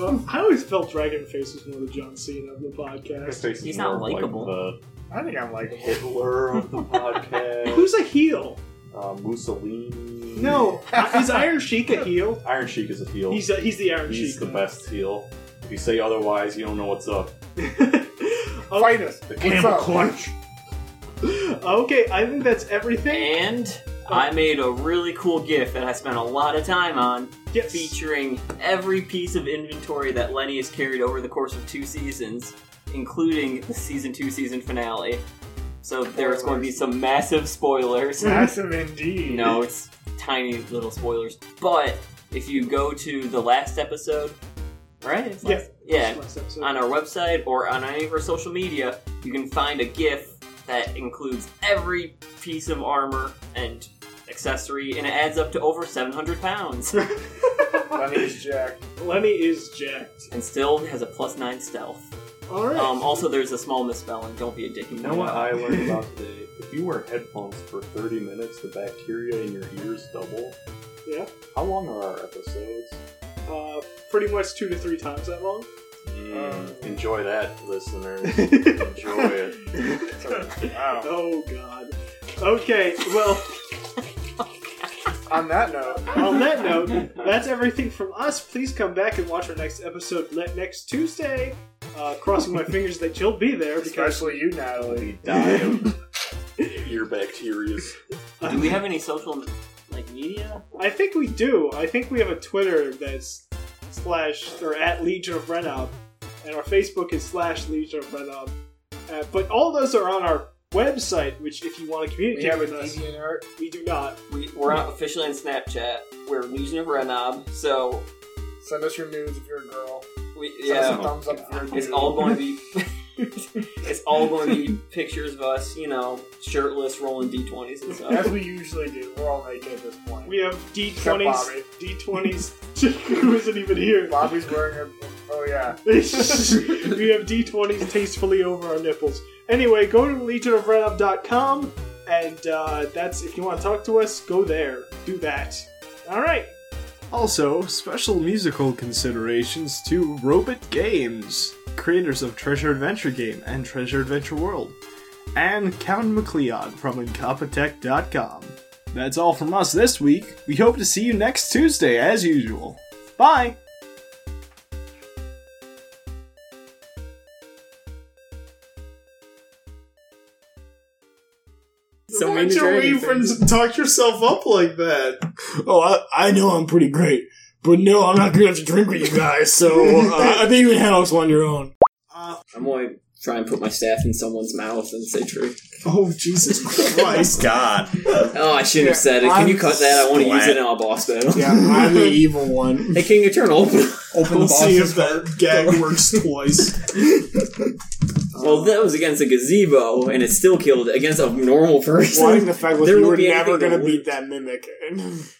Speaker 2: Um, I always felt Dragon Face was more the John Cena of the podcast.
Speaker 4: He's not
Speaker 13: More like
Speaker 4: likable.
Speaker 7: I think I'm
Speaker 13: the
Speaker 7: like,
Speaker 13: Hitler of the podcast.
Speaker 2: Who's a heel?
Speaker 13: uh, Mussolini.
Speaker 2: No, uh, is Iron Sheik a heel?
Speaker 13: Iron Sheik is a heel.
Speaker 2: He's a, he's the Iron
Speaker 13: He's
Speaker 2: Sheik.
Speaker 13: the
Speaker 2: now.
Speaker 13: best heel. If you say otherwise, you don't know what's up.
Speaker 2: okay,
Speaker 7: fight us.
Speaker 13: The
Speaker 7: What's
Speaker 13: camera
Speaker 7: up?
Speaker 13: clutch.
Speaker 2: okay, I think that's everything.
Speaker 4: And I made a really cool GIF that I spent a lot of time on,
Speaker 2: Yes.
Speaker 4: featuring every piece of inventory that Lenny has carried over the course of two seasons, including the season two season finale. So there's going to be some massive spoilers.
Speaker 7: Massive indeed.
Speaker 4: no, it's tiny little spoilers. But if you go to the last episode, right? It's
Speaker 2: Yeah.
Speaker 4: last- yeah,
Speaker 2: Last episode.
Speaker 4: on our website or on any of our social media, you can find a GIF that includes every piece of armor and accessory, and it adds up to over 700 pounds,
Speaker 7: Lenny's Jack.
Speaker 2: Lenny is jacked.
Speaker 4: and still has a plus nine stealth.
Speaker 2: All right.
Speaker 4: Um, also, there's a small misspelling. Don't be a dick.
Speaker 13: You know what I learned about today? If you wear headphones for 30 minutes, the bacteria in your ears double.
Speaker 2: Yeah.
Speaker 13: How long are our episodes?
Speaker 2: uh, pretty much two to three times that long.
Speaker 13: Mm, enjoy that, listeners. enjoy it.
Speaker 7: Wow.
Speaker 2: Oh God. Okay. Well.
Speaker 7: On that note,
Speaker 2: On that note, that's everything from us. Please come back and watch our next episode le- next Tuesday. Uh, crossing my fingers that you'll be there because
Speaker 7: especially you, Natalie.
Speaker 13: Die of ear bacterias.
Speaker 4: Do we have any social like media?
Speaker 2: I think we do. I think we have a Twitter that's slash or at Legion of Renob, and our Facebook is slash Legion of Renob. Uh, but all those are on our
Speaker 3: website, which if you want to communicate
Speaker 7: have
Speaker 3: with
Speaker 7: an
Speaker 3: us, we do not.
Speaker 7: We, we're not officially on Snapchat. We're Legion of Renob, so
Speaker 2: Send us your nudes if you're a girl.
Speaker 7: we
Speaker 2: Send us a
Speaker 7: yeah,
Speaker 2: thumbs up if you're a dude.
Speaker 7: it's all going to be it's all going to be pictures of us, you know, shirtless, rolling d twenties and
Speaker 2: As
Speaker 7: stuff.
Speaker 2: we usually do. We're all naked at this point.
Speaker 3: We have
Speaker 2: Except
Speaker 3: D20s.
Speaker 2: Bobby.
Speaker 3: D20s. Who isn't even here?
Speaker 2: Bobby's wearing a. Oh, yeah.
Speaker 3: we have D20s tastefully over our nipples. Anyway, go to legionofredup.com, and uh, that's if you want to talk to us, go there. Do that. All right. Also, special musical considerations to Robot Games, creators of Treasure Adventure Game and Treasure Adventure World, and Count McLeod from Incompetech.com. That's all from us this week. We hope to see you next Tuesday, as usual. Bye!
Speaker 4: So
Speaker 6: Why
Speaker 4: many
Speaker 6: don't
Speaker 4: dragon
Speaker 6: you
Speaker 4: things.
Speaker 6: even talk yourself up like that?
Speaker 2: Oh, I, I know I'm pretty great. But no, I'm not good enough to drink with you guys, so uh, I think you can handle this on your own.
Speaker 4: I'm going to try and put my staff in someone's mouth and say true.
Speaker 6: Oh, Jesus Christ.
Speaker 15: God.
Speaker 4: Oh, I shouldn't have said it. Can you cut that? I want to use it in our boss battle.
Speaker 2: Yeah, I'm the evil one.
Speaker 4: Hey, King Eternal.
Speaker 6: we'll see if that gag works twice.
Speaker 4: well, that was against a gazebo, and it still killed it against a normal person.
Speaker 2: Well, I think the fact was
Speaker 4: There
Speaker 2: we
Speaker 4: won't
Speaker 2: were
Speaker 4: be anything
Speaker 2: never
Speaker 4: to
Speaker 2: going to
Speaker 4: lose.
Speaker 2: beat that mimic.